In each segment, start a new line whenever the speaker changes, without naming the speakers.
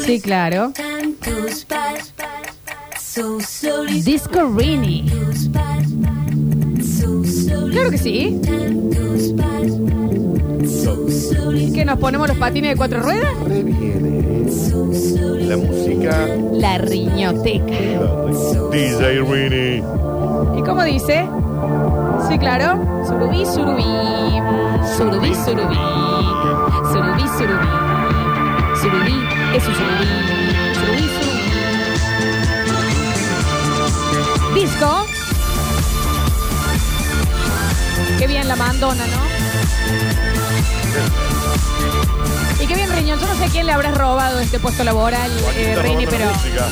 Sí, claro.
Disco Rini.
Claro que sí. Que nos ponemos los patines de cuatro ruedas.
Reviene la música.
La riñoteca.
DJ Rini.
¿Y cómo dice? Sí, claro. Surubí, surubí. Surubí, surubí. Surubí, surubí. Surubí, es un surubí. Surubí, surubí. Disco. Qué bien la mandona, ¿no? Y qué bien, Riñón. Yo no sé a quién le habrás robado este puesto laboral, eh,
Está
Rini,
robando la
pero.
música.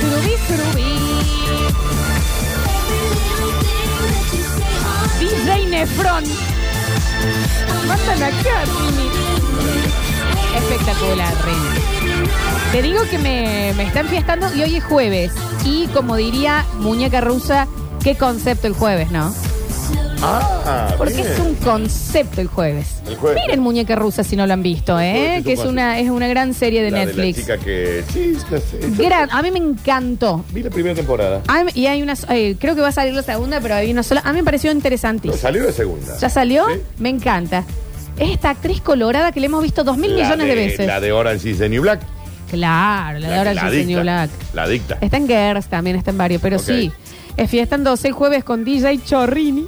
Surubí, surubí. DJ Nefron. Mándame acá, Rini. Espectacular, Rini. Te digo que me, me están fiestando y hoy es jueves. Y como diría muñeca rusa, qué concepto el jueves, ¿no?
Ah,
Porque
bien.
es un concepto el jueves.
El jueves.
Miren Muñeca Rusa si no lo han visto,
jueves
¿eh?
es
Que
un
es
clásico.
una, es una gran serie de
La
Netflix.
la chica que. Sí, la sé. Yo
Gran- a mí me encantó.
Vi la primera temporada.
A mí- y hay una, eh, creo que va a salir la segunda, pero hay una sola. A mí me pareció
No,
interesantísimo.
salió la segunda.
¿Ya salió?
Sí.
Me encanta. Es esta actriz colorada que le hemos visto dos mil
La
millones de, veces.
La de Orange is the New Black.
Claro, la de Orange is the New
dicta.
Black.
La dicta.
Está en Girls también, está en varios, pero
Ok.
sí. Es fiestándose el jueves con DJ Chorrini.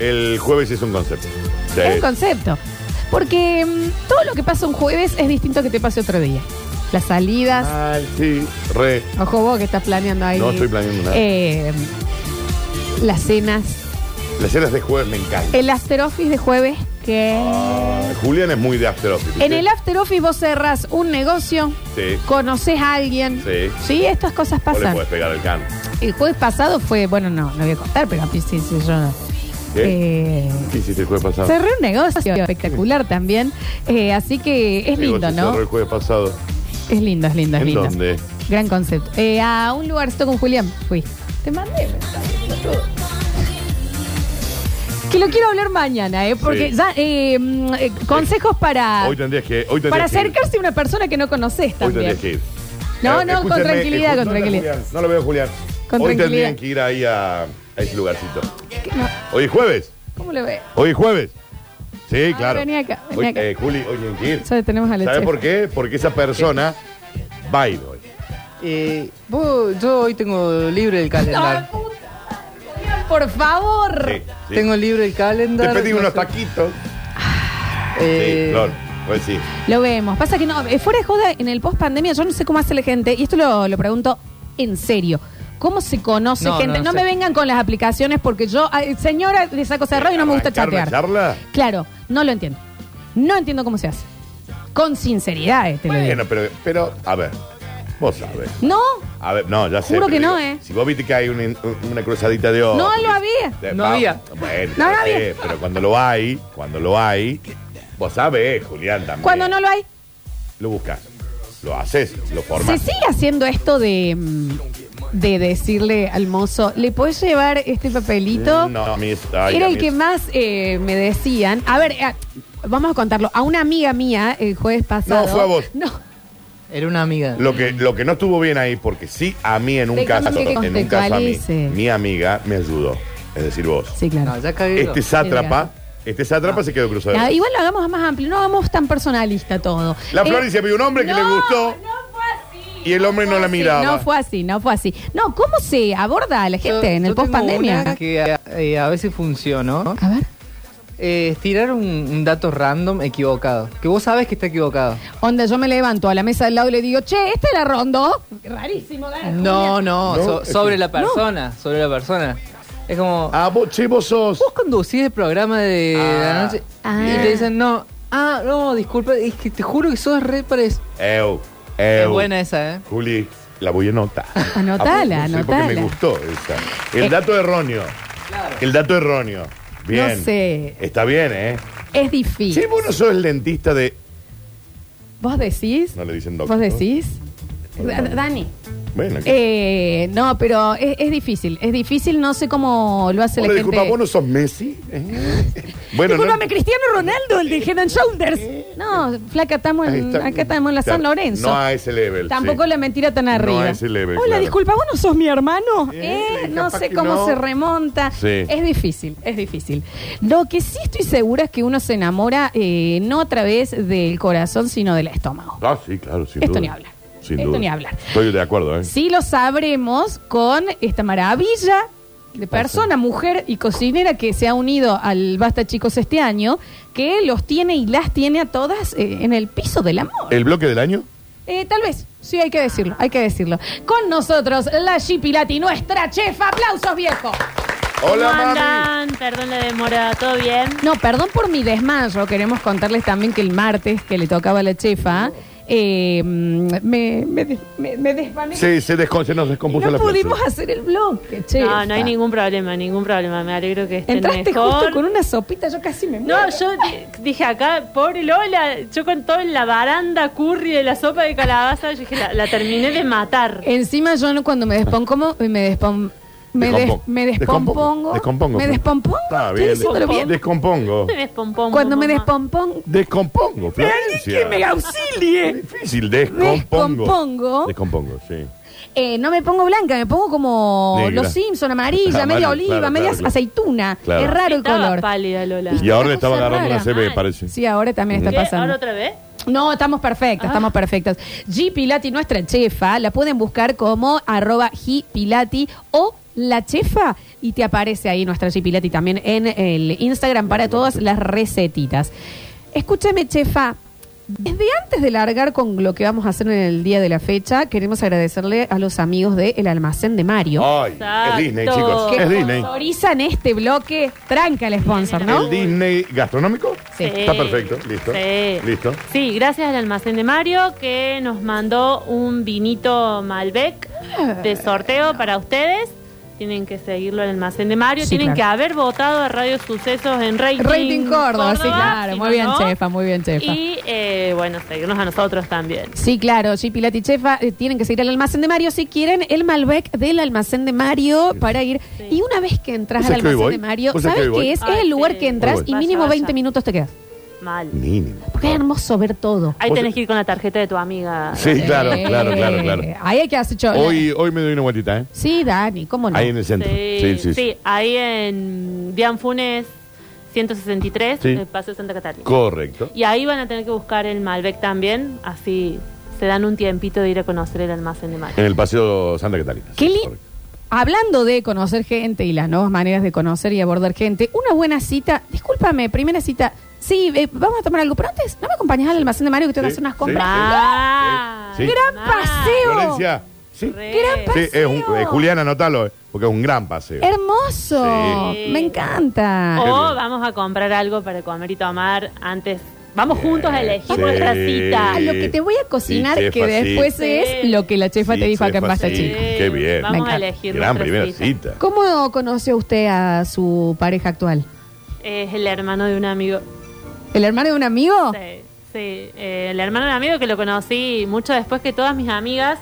El jueves es un concepto. Sí.
Es un concepto. Porque mm, todo lo que pasa un jueves es distinto a que te pase otro día. Las salidas.
Mal, sí, re.
Ojo vos que estás planeando ahí.
Ah. No estoy planeando nada.
Eh, las cenas.
Las cenas de jueves me encantan.
El after office de jueves que...
Ah, Julián es muy de after office. ¿viste?
Eh, En el after office vos cerrás un negocio,
Sí.
conoces a alguien.
Sí.
estas cosas
Vos le
pasan.
podés pegar el can.
El jueves pasado fue, bueno, no, no voy a contar, pero sí, sí, sí, yo no.
¿Qué?
Eh,
¿Qué hiciste el jueves pasado?
cerré un negocio espectacular también. Eh, así que es
Digo,
lindo,
se
¿no?
cerró el jueves pasado.
Es lindo, es lindo, es
¿En
lindo.
dónde?
Gran concepto. Eh, a un lugarcito con Julián fui. Te mandé. me está viendo todo. Que lo quiero hablar mañana, ¿eh? Porque
Sí.
ya, eh, mm, eh, consejos para,
Hoy tendrías que. Hoy tendrías
Ah. para
que ir.
acercarse a una persona que no conoces
Hoy
también.
tendrías que ir.
No,
Eh,
no, con
escúchame,
tranquilidad,
escu-
con
no lo veo,
tranquilidad.
Julián, No lo veo, Julián.
Con
Hoy
tranquilidad.
tendrían que ir ahí a, a ese lugarcito.
¿Qué? No,
Hoy es jueves.
¿Cómo le ve?
Hoy es jueves. Sí,
Ah,
claro.
vení acá, vení
Hoy-
acá.
eh, Juli, hoy en Kir.
Ya tenemos a
¿Sabes por qué? Porque esa persona va a ir hoy.
Eh, vos- yo hoy tengo libre el calendar.
Por favor.
Sí, sí.
Tengo libre el
Te
calendar.
pedí
no
unos
sé.
taquitos.
Eh,
Sí, Flor. Pues sí.
Lo vemos. Pasa que no, eh, fuera de joda, en el post pandemia, yo no sé cómo hace la gente, y esto lo, lo pregunto en serio. ¿Cómo se conoce
No,
gente? No,
no
me
sé.
vengan con las aplicaciones porque yo, ay, señora, le saco cerrado y no me gusta
¿Arrancar una
chatear.
charla?
Claro, no lo entiendo. No entiendo cómo se hace. Con sinceridad, este lo digo.
Bueno, pero, pero, a ver, vos sabes.
No,
A ver, no, ya sé.
Juro
pero
que no, ¿eh?
Si vos viste que hay una, una cruzadita de ojos.
no lo había.
Eh,
No
va-
había.
Bueno,
No, no
ya sé,
había.
pero cuando lo hay, cuando lo hay, vos sabés, Julián, también.
Cuando no lo hay.
Lo buscas, lo haces, lo
Se
formas.
sigue haciendo esto de, mm, de decirle al mozo, ¿le puedes llevar este papelito?
No, a mí es- ay,
Era
a
el
mí
que
es-
más eh, me decían. A ver, eh, vamos a contarlo. A una amiga mía el jueves pasado.
No, fue a vos.
No,
Era una amiga.
Lo que, lo que no estuvo bien ahí, porque sí, a mí en un
Te
caso,
conviene que
en un caso a mí,
contextualice.
mi amiga me ayudó. Es decir, vos.
sí,
No,
claro.
ya cagué. yo.
Este sátrapa, este sátrapa se quedó cruzado.
Ah, igual lo hagamos más amplio, no hagamos tan personalista todo.
La
Eh,
Florencia vio un hombre que
no,
le gustó.
no fue así,
Y el hombre
fue
no la
así,
miraba.
No fue así, no fue así. No, ¿cómo se aborda a la gente
Yo-
en
yo
el
tengo
post pandemia?
una Que eh, a veces funcionó.
A ver,
Eh, estirar un, un dato random equivocado. Que vos sabes que está equivocado.
onda, yo me levanto a la mesa del lado y le digo, che, ¿este era rondo? Rarísimo, dale,
No,
Julián.
no.
No,
so-
es que-
sobre la persona. Sobre la persona. Es como.
Ah, vos, che, vos sos.
Uh.
Vos conducís el programa
Eh,
de
Ah,
la noche.
bien.
Y te dicen, no. Ah, no, disculpa. Es que te juro que sos re parecido.
Eu,
Es
eu.
buena esa, ¿eh?
Juli, la voy a anotar.
Anotala,
Ah, sí, Porque
anotala.
me gustó esa. El
Eh.
dato erróneo. El dato erróneo. Bien.
No sé.
Está bien, ¿eh?
Es difícil.
Che, vos no sos el dentista de.
¿Vos decís?
No le dicen doctor.
¿Vos decís?
Da- Dani.
Bueno,
Eh, no, pero es, es difícil. Es difícil, no sé cómo lo hace
Vos
la
le
gente.
disculpas, vos no sos Messi. Eh, Bueno, no,
Discúlpame, Cristiano Ronaldo, el de Head and Shoulders. No, flaca, estamos
ahí
en,
está.
acá estamos en la San
Claro,
Lorenzo.
No a ese level.
Tampoco
sí.
la mentira tan arriba.
a ese level,
Hola,
claro.
disculpa, vos no sos mi hermano.
Eh,
Eh, no
capaz
sé
que
cómo
no.
se remonta.
Sí.
Es difícil, es difícil. Lo que sí estoy segura es que uno se enamora eh, no a través del corazón, sino del estómago.
Ah, sí, claro, sin
Esto
duda.
ni hablar.
Sin
Esto
duda.
ni hablar.
Estoy de acuerdo, ¿eh?
Sí lo sabremos con esta maravilla de persona, mujer y cocinera que se ha unido al Basta Chicos este año, que los tiene y las tiene a todas eh, en el piso del amor.
¿El bloque del año?
Eh, tal vez, sí, hay que decirlo, hay que decirlo. Con nosotros, la Gipilati, nuestra chefa. ¡Aplausos, viejo!
Hola,
¿Cómo
mami.
andan? Perdón la demora, ¿todo bien?
No, perdón por mi desmayo. Queremos contarles también que el martes que le tocaba a la chefa, eh, mm, me, me, des- me- me desvanecí.
Sí, se, descon- se nos
Y
descompuso
no
la
pudimos
plaza.
hacer el bloque, chefa.
No, no hay ningún problema, ningún problema. Me alegro que estén
Ah. Entraste
mejor.
justo con una sopita, yo casi me muero.
No, yo di- dije acá, pobre Lola, yo con todo en la baranda curry de la sopa de calabaza, yo dije, la, la terminé de matar.
Eh, Encima yo no- cuando me despongo, me despon- Me, des-
Descompo-
me descompongo.
Descompongo. pues.
¿Me descompongo?
Está
Estoy
bien.
diciéndolo bien.
Descompongo.
Me despompó,
Cuando me
mamá.
descompongo.
Descompongo, Florencia.
¡Que me auxilie!
Difícil, descompongo.
Descompongo.
Descompongo, sí.
Eh, no me pongo blanca, me pongo como
Negra.
los Simpson, amarilla,
Amarilla,
media oliva,
claro,
media
claro, claro.
aceituna.
Claro.
Es raro el
Estaba
color.
pálida Lola.
Y ahora le estaba
cosa
agarrando
rara.
una CB,
Ay.
parece.
Sí, ahora también está
¿Qué? ¿Ahora
pasando.
otra vez?
No, estamos
Ah.
perfectas, estamos perfectas. G Pilati, nuestra chefa, la pueden buscar como arroba G Pilati o la chefa y te aparece ahí nuestra G Pilati también en el Instagram para todas las recetitas. Escúchame, chefa. Desde antes de largar con lo que vamos a hacer en el día de la fecha, queremos agradecerle a los amigos de El Almacén de Mario.
Ay,
Exacto.
es Disney, chicos.
que
Oh, Es Disney.
sponsorizan este bloque. Tranca el sponsor, ¿no?
¿El Disney gastronómico?
Sí.
Está perfecto, listo.
Sí.
Listo.
Sí, gracias al almacén de Mario que nos mandó un vinito Malbec de sorteo para ustedes. Tienen que seguirlo al almacén de Mario.
Sí,
Tienen
claro.
que haber votado a Radio Sucesos en Rating,
Rating Córdoba, sí, claro.
si
muy
no,
bien,
no.
chefa, muy bien, chefa.
Y eh, bueno, seguirnos a nosotros también.
Sí, claro, G. Pilati Chefa, eh, tienen que seguir al almacén de Mario si quieren el Malbec del almacén de Mario para ir. Y una vez que entras
¿Vos
al
sabés que hoy
almacén
voy?
de Mario,
¿Vos sabés
¿sabes
que hoy
qué
voy?
es?
Ay,
es el lugar
sí.
que entras
Hoy
y
voy.
mínimo
Vaya,
20
vaya.
minutos te quedas.
Mal.
Mínimo.
Qué hermoso ver todo.
Ahí
Vos
tenés
te-
que ir con la tarjeta de tu amiga.
Sí, claro,
Eh,
claro, claro, claro.
Ahí hay que hacer chola.
Hoy, hoy me doy una vueltita, ¿eh?
Sí, Dani, cómo no.
Ahí en el centro.
Sí,
Sí, sí, sí.
sí, ahí en Bian Funes 163,
Sí.
el eh, Paseo Santa Catalina.
Correcto.
Y ahí van a tener que buscar el Malbec también, así se dan un tiempito de ir a conocer el almacén de Malbec.
En el Paseo Santa Catalina.
Qué
Sí,
li-
correcto.
Hablando de conocer gente y las nuevas maneras de conocer y abordar gente, una buena cita, discúlpame, primera cita, sí, eh, vamos a tomar algo, pero antes, ¿no me acompañas al almacén de Mario que tengo que
Sí,
hacer unas
sí,
compras?
sí.
Ah,
Sí, sí.
¡Gran
Ah,
paseo!
Florencia, sí.
Re.
Gran
Sí, es un,
paseo.
eh, Julián, anótalo, eh, porque es un gran paseo.
Hermoso,
Sí.
me encanta.
O vamos a comprar algo para comer y tomar antes. Vamos juntos a elegir
Sí.
nuestra cita.
Ah, lo que te voy a cocinar
Sí, chefa,
que después
sí.
es
Sí.
lo que la chefa
Sí,
te dijo acá en
chefa,
Basta
sí.
Chico.
Qué bien.
Me
Vamos
encanta.
a elegir
Gran
nuestra
primera
cita.
cita.
¿Cómo conoció usted a su pareja actual?
Es el hermano de un amigo.
¿El hermano de un amigo?
Sí, sí. Eh, el hermano de un amigo que lo conocí mucho después que todas mis amigas.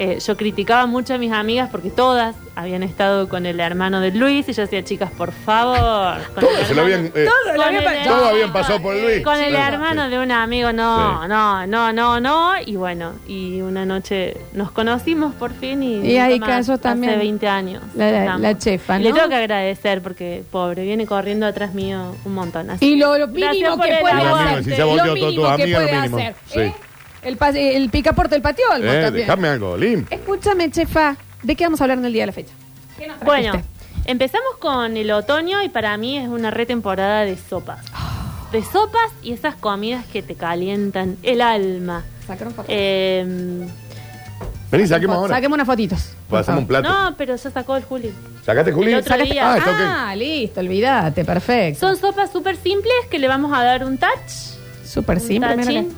eh, yo criticaba mucho a mis amigas porque todas habían estado con el hermano de Luis y yo decía, chicas, por favor. con el
Todos se lo
hermano-
habían. eh,
Con
lo habían
el
pasado.
hermano-
Todos habían pasado por Luis.
Con el
Sí.
hermano
Sí.
de un amigo, no,
Sí.
no, no, no, no. Y bueno, y una noche nos conocimos por fin y.
Y ahí
nunca más.
cayó también
Hace 20 años.
la- la-
estamos.
la chefa,
Y Le
¿no?
tengo que agradecer porque, pobre, viene corriendo atrás mío un montón. así
Y lo, lo
Gracias
mínimo
por
que
el
puede
aguante.
hacer.
Lo mínimo, si
se ha volteado
lo mínimo
toda tu
que
amiga,
puede
lo mínimo.
hacer.
Sí.
¿eh? El, pas- el picaporte del patio.
eh, Déjame algo limpio.
Escúchame, chefa, ¿de qué vamos a hablar en el día de la fecha? ¿Qué nos trajiste?
Bueno, empezamos con el otoño y para mí es una retemporada de sopas. De sopas y esas comidas que te calientan el alma.
Sacaron fotos.
Eh,
Vení, saquemos ahora.
Saquemos unas fotitos. por
Pasamos un
favor.
plato.
no, pero ya sacó el Juli.
¿Sacaste, Juli?
El otro
Sacaste-
día.
Ah, está ok.
Ah, listo, olvídate, perfecto.
Son sopas súper simples que le vamos a dar un touch.
Súper
un
simple. mira
tachín.
acá.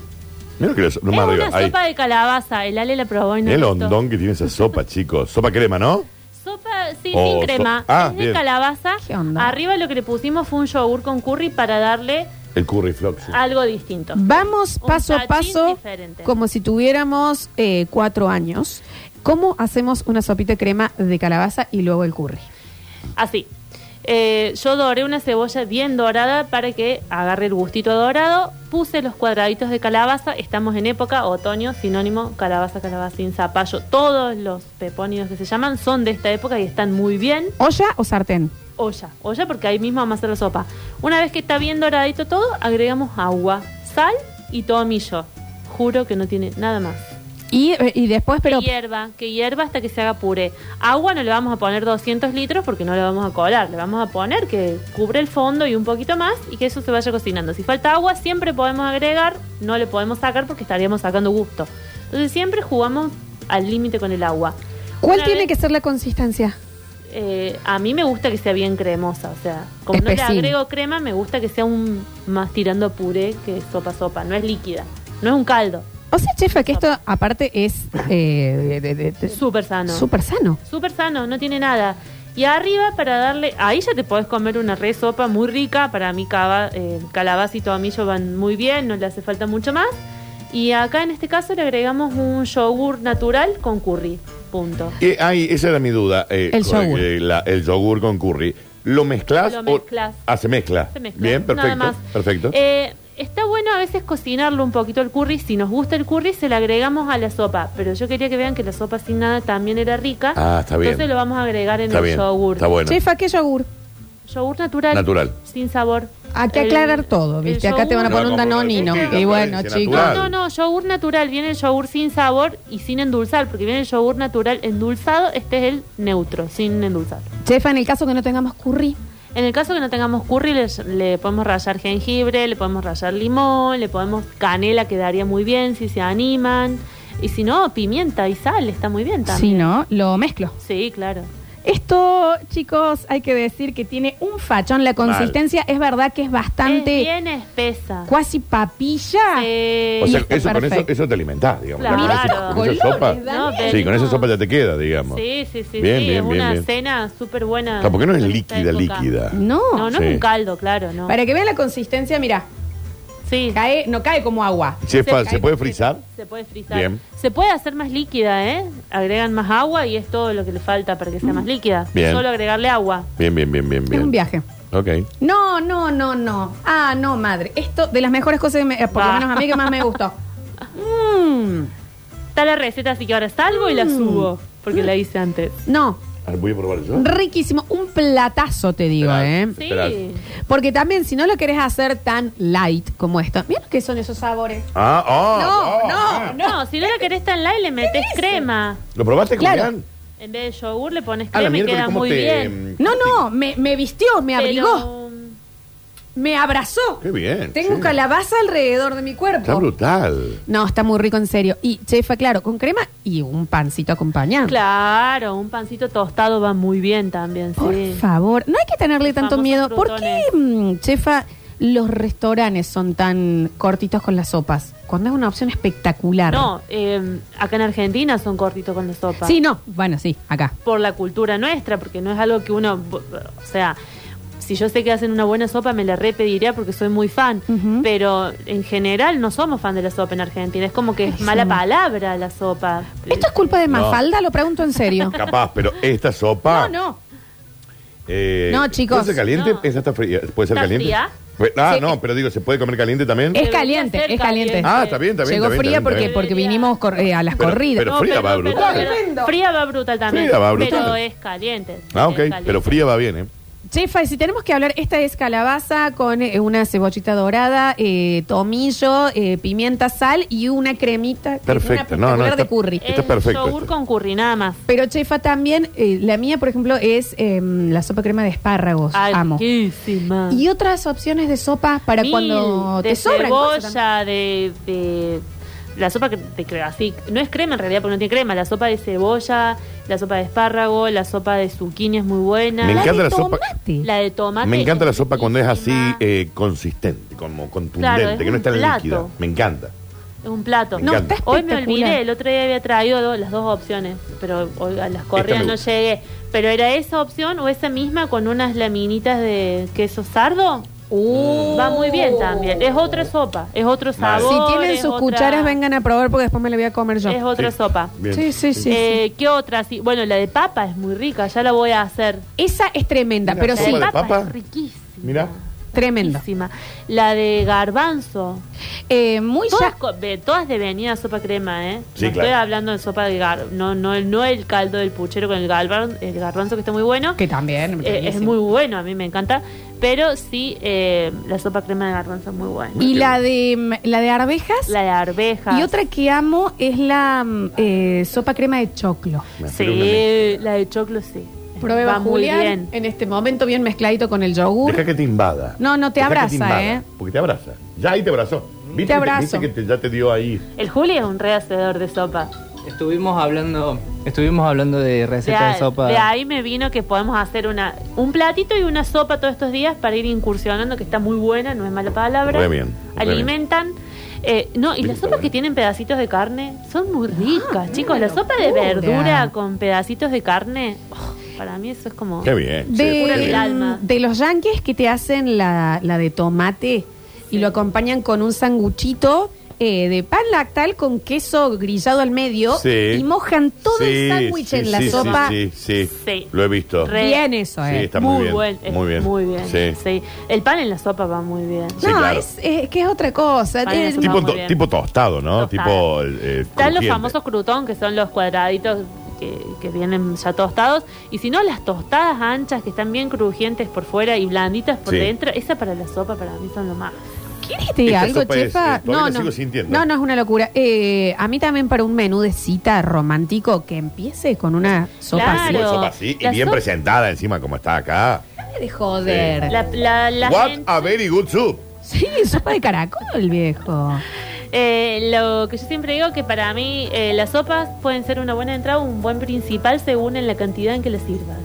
Mira que lo- lo
Es
más
una
arriba. Ahí.
sopa de calabaza. El Ale la probó y no
Mirá el
gustó.
hondón que tiene esa sopa, chicos. Sopa crema, ¿no?
Sopa, sí,
Oh, so-
sin crema.
Ah,
es de
bien.
calabaza.
¿Qué onda?
Arriba lo que le pusimos fue un yogur con curry para darle
El curry flox. sí.
algo distinto.
Vamos
Un
paso a
tachín
paso,
diferente.
como si tuviéramos eh, cuatro años. ¿Cómo hacemos una sopita de crema de calabaza y luego el curry?
Así. Eh, yo doré una cebolla bien dorada para que agarre el gustito dorado. Puse los cuadraditos de calabaza. Estamos en época, otoño, sinónimo, calabaza, calabacín, zapallo. Todos los pepónidos que se llaman son de esta época y están muy bien.
¿Olla o sartén?
Olla, olla porque ahí mismo vamos a hacer la sopa. Una vez que está bien doradito todo, agregamos agua, sal y tomillo. Juro que no tiene nada más.
Y, eh, y después, pero
que hierva, que hierva hasta que se haga puré. Agua no le vamos a poner 200 litros porque no le vamos a colar. Le vamos a poner que cubre el fondo y un poquito más y que eso se vaya cocinando. Si falta agua, siempre podemos agregar, no le podemos sacar porque estaríamos sacando gusto. Entonces siempre jugamos al límite con el agua.
¿cuál
Una
tiene
vez-
que ser la consistencia?
eh, a mí me gusta que sea bien cremosa, o sea, como no
Espesín.
le agrego crema, me gusta que sea un más tirando a puré que sopa sopa, no es líquida, no es un caldo,
O sea, chefa, que esto aparte es eh, de- de- de- de-
súper sano.
súper sano.
Súper sano, no tiene nada. Y arriba para darle, ahí ya te podés comer una re sopa muy rica, para mí cava, eh, calabaza y tomillo van muy bien, no le hace falta mucho más. Y acá en este caso le agregamos un yogur natural con curry, punto.
Eh, ay, esa era mi duda. eh,
El
con-
yogur.
eh, la- el yogur con curry. ¿Lo mezclas?
Lo
o-
mezclas.
Ah, se mezcla.
Se mezcla,
Bien, perfecto.
nada más.
Perfecto.
Eh, está bueno a veces cocinarlo un poquito el curry. Si nos gusta el curry, se le agregamos a la sopa. Pero yo quería que vean que la sopa sin nada también era rica.
Ah, está bien.
Entonces lo vamos a agregar en
está
el
bien.
yogur.
Está bueno.
Chefa, ¿qué yogur?
Yogur natural.
Natural.
Sin sabor.
Hay que
El-
aclarar todo,
el
¿viste? Acá te van a
yogur-
No,
poner un
como una
danonino.
frutilla,
Y
parece
bueno,
natural.
chicos.
No, no, yogur natural. Viene el yogur sin sabor y sin endulzar. Porque viene el yogur natural endulzado. Este es el neutro, sin endulzar.
Chefa, en el caso que no tengamos curry,
En el caso que no tengamos curry, le, le podemos rallar jengibre, le podemos rallar limón, le podemos canela, quedaría muy bien si se animan. Y si no, pimienta y sal, está muy bien
si
también.
no, lo mezclo.
Sí, claro.
Esto, chicos, hay que decir que tiene un fachón. La consistencia es verdad que es
Es
bastante
bien espesa.
cuasi papilla.
Eh,
o sea,
está
eso, con eso,
perfecto.
eso te alimentás, digamos.
Claro.
Con esa- Con,
Colores,
esa sopa.
Daniel.
No,
Sí, con esa sopa ya te queda, digamos.
Sí, sí, sí,
Bien,
sí,
bien,
es
bien,
una
bien.
cena súper buena.
Claro, porque no es
en esta
líquida,
época.
líquida.
No.
No, no
Sí.
es un caldo, claro, no.
Para que vean la consistencia, mira,
Sí,
cae, no cae como agua.
Chefa,
Se-
¿se puede frizar?
se puede frizar.
Bien.
Se puede hacer más líquida, ¿eh? Agregan más agua y es todo lo que le falta para que sea más líquida.
Bien.
Solo agregarle agua.
Bien, bien, bien, bien, bien.
Es un viaje.
Ok.
No, no, no, no. Ah, no, madre. Esto de las mejores cosas, que me- eh, por lo
Va.
menos a mí que más me gustó. Mm,
Está la receta, así que ahora salgo y la subo. Porque la hice antes.
no,
Ah, ¿Voy a probar yo?
riquísimo. Un platazo, te digo,
Esperá.
¿eh?
Sí.
Esperá.
Porque también, si no lo querés hacer tan light como esto, mira lo que son esos sabores.
Ah, ah.
No,
ah.
no, no.
No, si no la querés tan light, le metes crema.
¿Lo probaste,
Claro.
Julián?
En vez de yogur, le pones
Ah, la
crema y
miércoles,
queda
¿cómo
muy
te- mm,
bien.
No, no, me, me vistió, me abrigó,
Pero,
me abrazó.
Qué bien.
Tengo
sí.
calabaza alrededor de mi
Está
cuerpo.
brutal.
No, está muy rico en serio. Y chefa, claro, con crema y un pancito acompañado.
Claro, un pancito tostado va muy bien también,
Por
sí.
favor, no hay que tenerle tanto
Famosos
miedo. ¿Por qué,
crutones.
mm, chefa, los restaurantes son tan cortitos con las sopas? Cuando es una opción espectacular.
No, eh, acá en Argentina son cortitos con la sopa.
Sí, no. Bueno, sí, acá.
por la cultura nuestra, porque no es algo que uno, o sea, si yo sé que hacen una buena sopa me la repetiría porque soy muy fan,
Ujú.
pero en general no somos fan de la sopa en Argentina, es como que es mala palabra la sopa.
¿Esto es culpa de
No.
Mafalda? Lo pregunto en serio.
Capaz, pero esta
no,
sopa.
no.
eh,
No, chicos.
¿Puede ser caliente?
No.
Esa está fría. ¿Puede ser
¿Está
caliente?
fría?
Pues- Ah,
Sí.
no, pero digo, ¿se puede comer caliente también?
Es
Debería
caliente,
ser
es caliente.
ah, está bien, está bien.
Llegó
está bien,
fría
está bien,
porque,
está bien.
porque vinimos cor- eh, a las
Pero-
corridas.
pero- fría va brutal.
fría va brutal también.
Fría va brutal.
Pero es caliente.
Ah, ok,
es caliente.
pero fría va bien, ¿eh?
Chefa, y si tenemos que hablar, esta es calabaza con eh, una cebollita dorada, eh, tomillo, eh, pimienta, sal y una cremita. que-
Perfecto,
una
no, no.
particular
Está,
de curry.
Es
está perfecto.
yogur
esto.
con curry, nada más.
Pero chefa también, eh, la mía, por ejemplo, es em, la sopa crema de espárragos.
Ay,
Amo.
riquísima.
Y otras opciones de sopa para
Mil
cuando
de
te sobran. cosas también.
cebolla, de, de- la sopa que te crema, así, no es crema en realidad porque no tiene crema, la sopa de cebolla, la sopa de espárrago, la sopa de zucchini es muy buena.
Me encanta
de
la sopa.
tomate.
La de tomate.
Me encanta la sopa cuando es así
riquísima.
eh, consistente, como contundente,
Claro, es
que no
un
está
plato.
líquida. Me encanta.
Es un plato.
Me No, encanta.
está
Hoy me
espectacular.
olvidé, el otro día había traído do- las dos opciones, pero hoy a las corridas
me
no
gusta.
llegué. Pero era esa opción o esa misma con unas laminitas de queso sardo. Va muy bien también. Es otra sopa, es otro
Mal.
sabor.
Por
Uh. si tienen
es
sus
otra-
cucharas, vengan a probar porque después me la voy a comer yo.
Es otra
Sí.
sopa.
Bien.
Sí, sí, sí. sí.
Eh, ¿Qué otra? Sí, bueno, la de papa es muy rica, ya la voy a hacer.
Esa es tremenda,
Una
pero
sopa
sí,
de
La de papa,
papa?
es riquísima.
Mira.
tremenda.
Riquísima. La de garbanzo.
Eh, muy
Todas,
ya.
co- ve- todas devenían sopa crema, ¿eh?
Sí,
no
claro.
estoy hablando de sopa de garbanzo, no, no, el- no el caldo del puchero con el, galban, el garbanzo que está muy bueno.
Que también.
Eh, es
buenísimo.
muy bueno, a mí me encanta. Pero sí, eh, la sopa crema de garbanzo es muy buena.
Y la de, mm, la de arvejas.
La de arvejas.
y otra que amo es la mm, eh, sopa crema de choclo.
Me aspiro una mezcla.
Sí, la de choclo sí.
Prueba
Va muy
Julián
bien.
en este momento bien mezcladito con el yogur.
Deja que te invada.
No, no, te
Deja que
abraza,
invada,
¿eh?
Porque te abraza. Ya ahí te abrazó. ¿Viste que
abrazo.
viste que te- ya te dio ahí.
El Juli es un rehacedor de sopa.
Estuvimos hablando, estuvimos hablando de
De,
recetas de,
a-
sopa.
de ahí me vino que podemos hacer una un platito y una sopa todos estos días para ir incursionando, que está muy buena, no es mala palabra.
Re bien, re bien.
Alimentan. Eh, no, y
Bien,
las
está
sopas
bueno.
que tienen pedacitos de carne son muy ricas, chicos. La sopa de
locura.
verdura con pedacitos de carne, oh, para mí eso es como...
Qué bien.
De,
che,
pura
qué
el
bien.
alma.
de los yankees que te hacen la, la de tomate y
Sí.
lo acompañan con un sanguchito eh, de pan lactal con queso grillado al medio
Sí.
y mojan todo
Sí,
el sándwich
sí,
en la
sí, sí,
sopa.
Sí, sí,
Sí.
Lo he visto.
Re-
Bien eso,
Sí,
¿eh?
está muy, bien.
buen- es
muy bien.
Muy bien.
Sí.
sí. El pan en la sopa va muy bien.
Sí,
no,
claro.
es, es que es otra cosa.
Ay,
Es-
eso
Tipo,
Muy
to-
bien.
tipo tostado, ¿no?
Tostado.
Tipo. eh,
Están los
crujiente.
famosos crutón, que son los cuadraditos que, que vienen ya tostados. Y si no, las tostadas anchas, que están bien crujientes por fuera y blanditas por
Sí.
dentro. Esa para la sopa, para mí, son lo más.
¿Quieres que te diga
Esta
algo,
sopa es,
chefa?
eh, todavía la sigo sintiendo.
no, no es una locura. Eh, a mí también para un menú de cita romántico que empiece con una sopa
Claro.
Tipo de sopa así, y
La
bien
sopa-
presentada encima como está acá.
así. De joder.
La, la- la
What
gente-
a very good soup.
Sí, sopa de caracol, viejo.
eh, lo que yo siempre digo que para mí eh, las sopas pueden ser una buena entrada, un buen principal según en la cantidad en que les sirvas.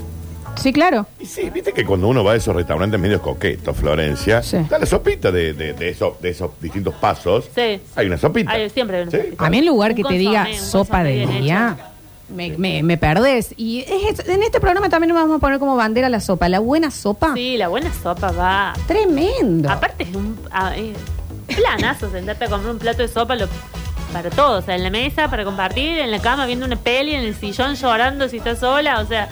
Sí, claro.
Y sí, viste que cuando uno va a esos restaurantes medio coquetos, Florencia,
Sí.
está la sopita de, de, de eso- de esos distintos pasos.
Sí.
Hay una sopita.
Hay- siempre hay una
Sí.
sopita.
A mí en lugar que
Un
te diga
consomé, un
sopa
consomé
de
bien
día, me, me, me perdés. Y es- es- en este programa también nos vamos a poner como bandera la sopa. La buena sopa.
Ah.
Sí, la buena sopa va.
Tremendo.
Aparte es un a- eh, planazo sentarte a comer un plato de sopa lo- para todos, o sea, en la mesa, para compartir, en la cama, viendo una peli, en el sillón llorando si estás sola, o sea,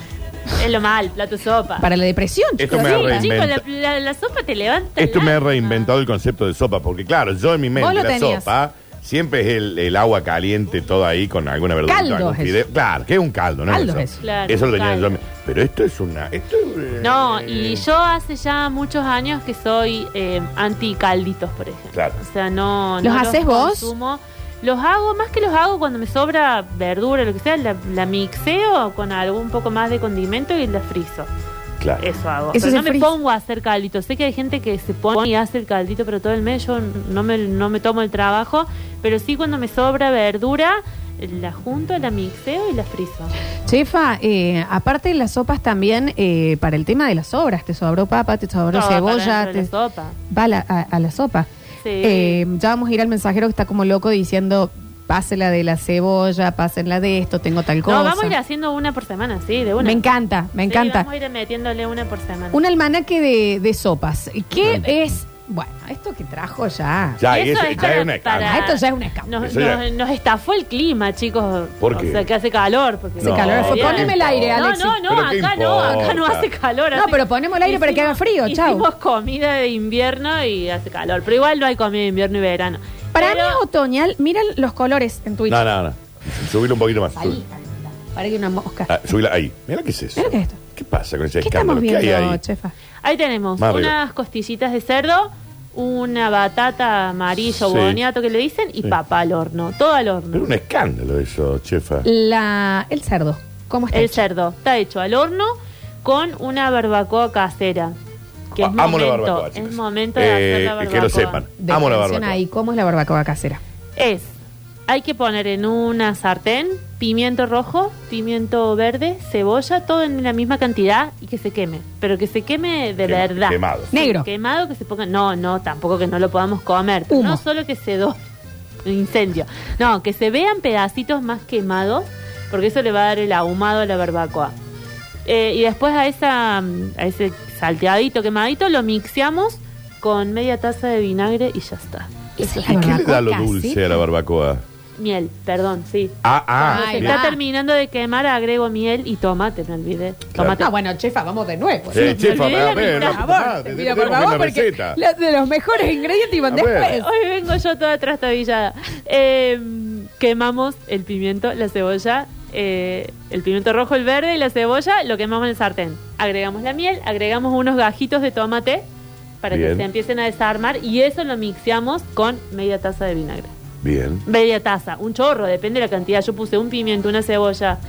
es lo mal, plato de sopa.
Para la depresión,
Esto
chicos.
me
sí.
arre-
Chicos, la,
Reinventa-
la- la sopa te levanta.
Esto
el
me ha
alma.
reinventado el concepto de sopa, porque claro, yo en mi mente
Vos lo
la
tenías.
sopa siempre es el, el agua caliente toda ahí con alguna verdura.
Caldo
algún
es eso.
fideo. Claro, que es un caldo, ¿no? es
Caldo
una
es
sopa.
eso.
Claro,
eso lo tenía
caldo.
yo. en mi- Pero esto es una... Esto es-
No,
Eh.
y yo hace ya muchos años que soy eh, anti calditos, por ejemplo.
Claro.
O sea, no.
¿Los
no
haces vos?
consumo. Los hago, más que los hago cuando me sobra verdura, lo que sea, la, la mixeo con algo un poco más de condimento y la frizo.
Claro.
Eso hago.
Eso
pero
se
no me
frisa.
pongo a hacer caldito. Sé que hay gente que se pone y hace el caldito, pero todo el mes yo no me, no me tomo el trabajo. Pero sí cuando me sobra verdura, la junto, la mixeo y la frizo.
Chefa, eh, aparte de las sopas también, eh, para el tema de las sobras, te sobró papa, te sobró
Todo para
cebolla,
dentro de
te,
la sopa.
va a la, a- a la sopa.
Sí.
Eh, ya vamos a ir al mensajero que está como loco diciendo, pásela de la cebolla, pásenla de esto, tengo tal cosa.
No, vamos a ir haciendo una por semana, sí, de una.
Me encanta, me
Sí,
encanta.
vamos a ir metiéndole una por semana.
Un almanaque de, de sopas. ¿Qué es? Bueno, esto que trajo ya.
Ya, y
Eso
eso-
es
ya
para-
es una escala.
Ah, esto ya es una escapa.
Nos,
Eso ya-
nos- nos estafó el clima, chicos.
¿Por qué?
O sea, que hace calor. Porque
Hace
No,
calor. Fue-
¿qué
Poneme el
importa?
aire,
No,
Alexis.
no, no,
¿Pero qué
acá no, acá no
importa?
hace calor.
No,
hace-
pero ponemos el aire para que haga frío, chau.
Hicimos comida de invierno y hace calor, pero igual no hay comida de invierno y verano.
Para
Pero-
mí es otoñal. Miran los colores en Twitch.
No, no, no. Subirlo un poquito más.
Ahí, para que una mosca.
Ah, subila ahí. Mira qué es eso.
Mira qué es esto.
¿Qué pasa con ese
¿Qué
escándalo?
estamos
¿Qué hay
viendo,
ahí?
chefa?
ahí tenemos
Más arriba.
unas costillitas de cerdo, una batata amarillo
Sí.
boniato que le dicen y
Sí.
papa al horno, todo al
Pero
horno.
un escándalo eso, chefa.
La, el cerdo. ¿Cómo está?
El
hecho?
cerdo está hecho al horno con una barbacoa casera. Que es
Ah, amo la
momento,
barbacoa,
es
chicos.
momento de hacer
Eh,
la barbacoa.
Que lo sepan. Amo la
Definición
barbacoa.
ahí. ¿Cómo es la barbacoa casera?
es hay que poner en una sartén pimiento rojo, pimiento verde, cebolla, todo en la misma cantidad y que se queme, pero que se queme de
Quema-
verdad.
quemado.
Negro.
Quemado que se ponga, no, no, tampoco que no lo podamos comer, pero
Humo.
no solo que se do incendio. No, que se vean pedacitos más quemados, porque eso le va a dar el ahumado a la barbacoa. Eh, y después a, esa, mm, a ese salteadito quemadito lo mixeamos con media taza de vinagre y ya está.
Esa es
¿A
la
qué le da lo
barbacoa,
dulce
¿sí?
a la barbacoa?
Miel, perdón, sí.
Ah, ah,
Cuando se
Ay,
bien.
está
va.
terminando de quemar, agrego miel y tomate, me olvidé. Tomate.
Ah, bueno, chefa, vamos de nuevo.
Sí, Ah,
Sí,
chefa,
olvidé
a
la
ver,
mitad.
no,
Por
tomate,
favor, mira, por
tenemos
favor,
la
porque
receta.
la- de los mejores ingredientes iban
A ver.
después.
Hoy vengo yo toda trastabillada. Eh, quemamos el pimiento, la cebolla, eh, el pimiento rojo, el verde y la cebolla, lo quemamos en el sartén. Agregamos la miel, agregamos unos gajitos de tomate para que
Bien.
se empiecen a desarmar y eso lo mixeamos con media taza de vinagre.
Bien.
Media taza, un chorro, depende de la cantidad. Yo puse un pimiento, una cebolla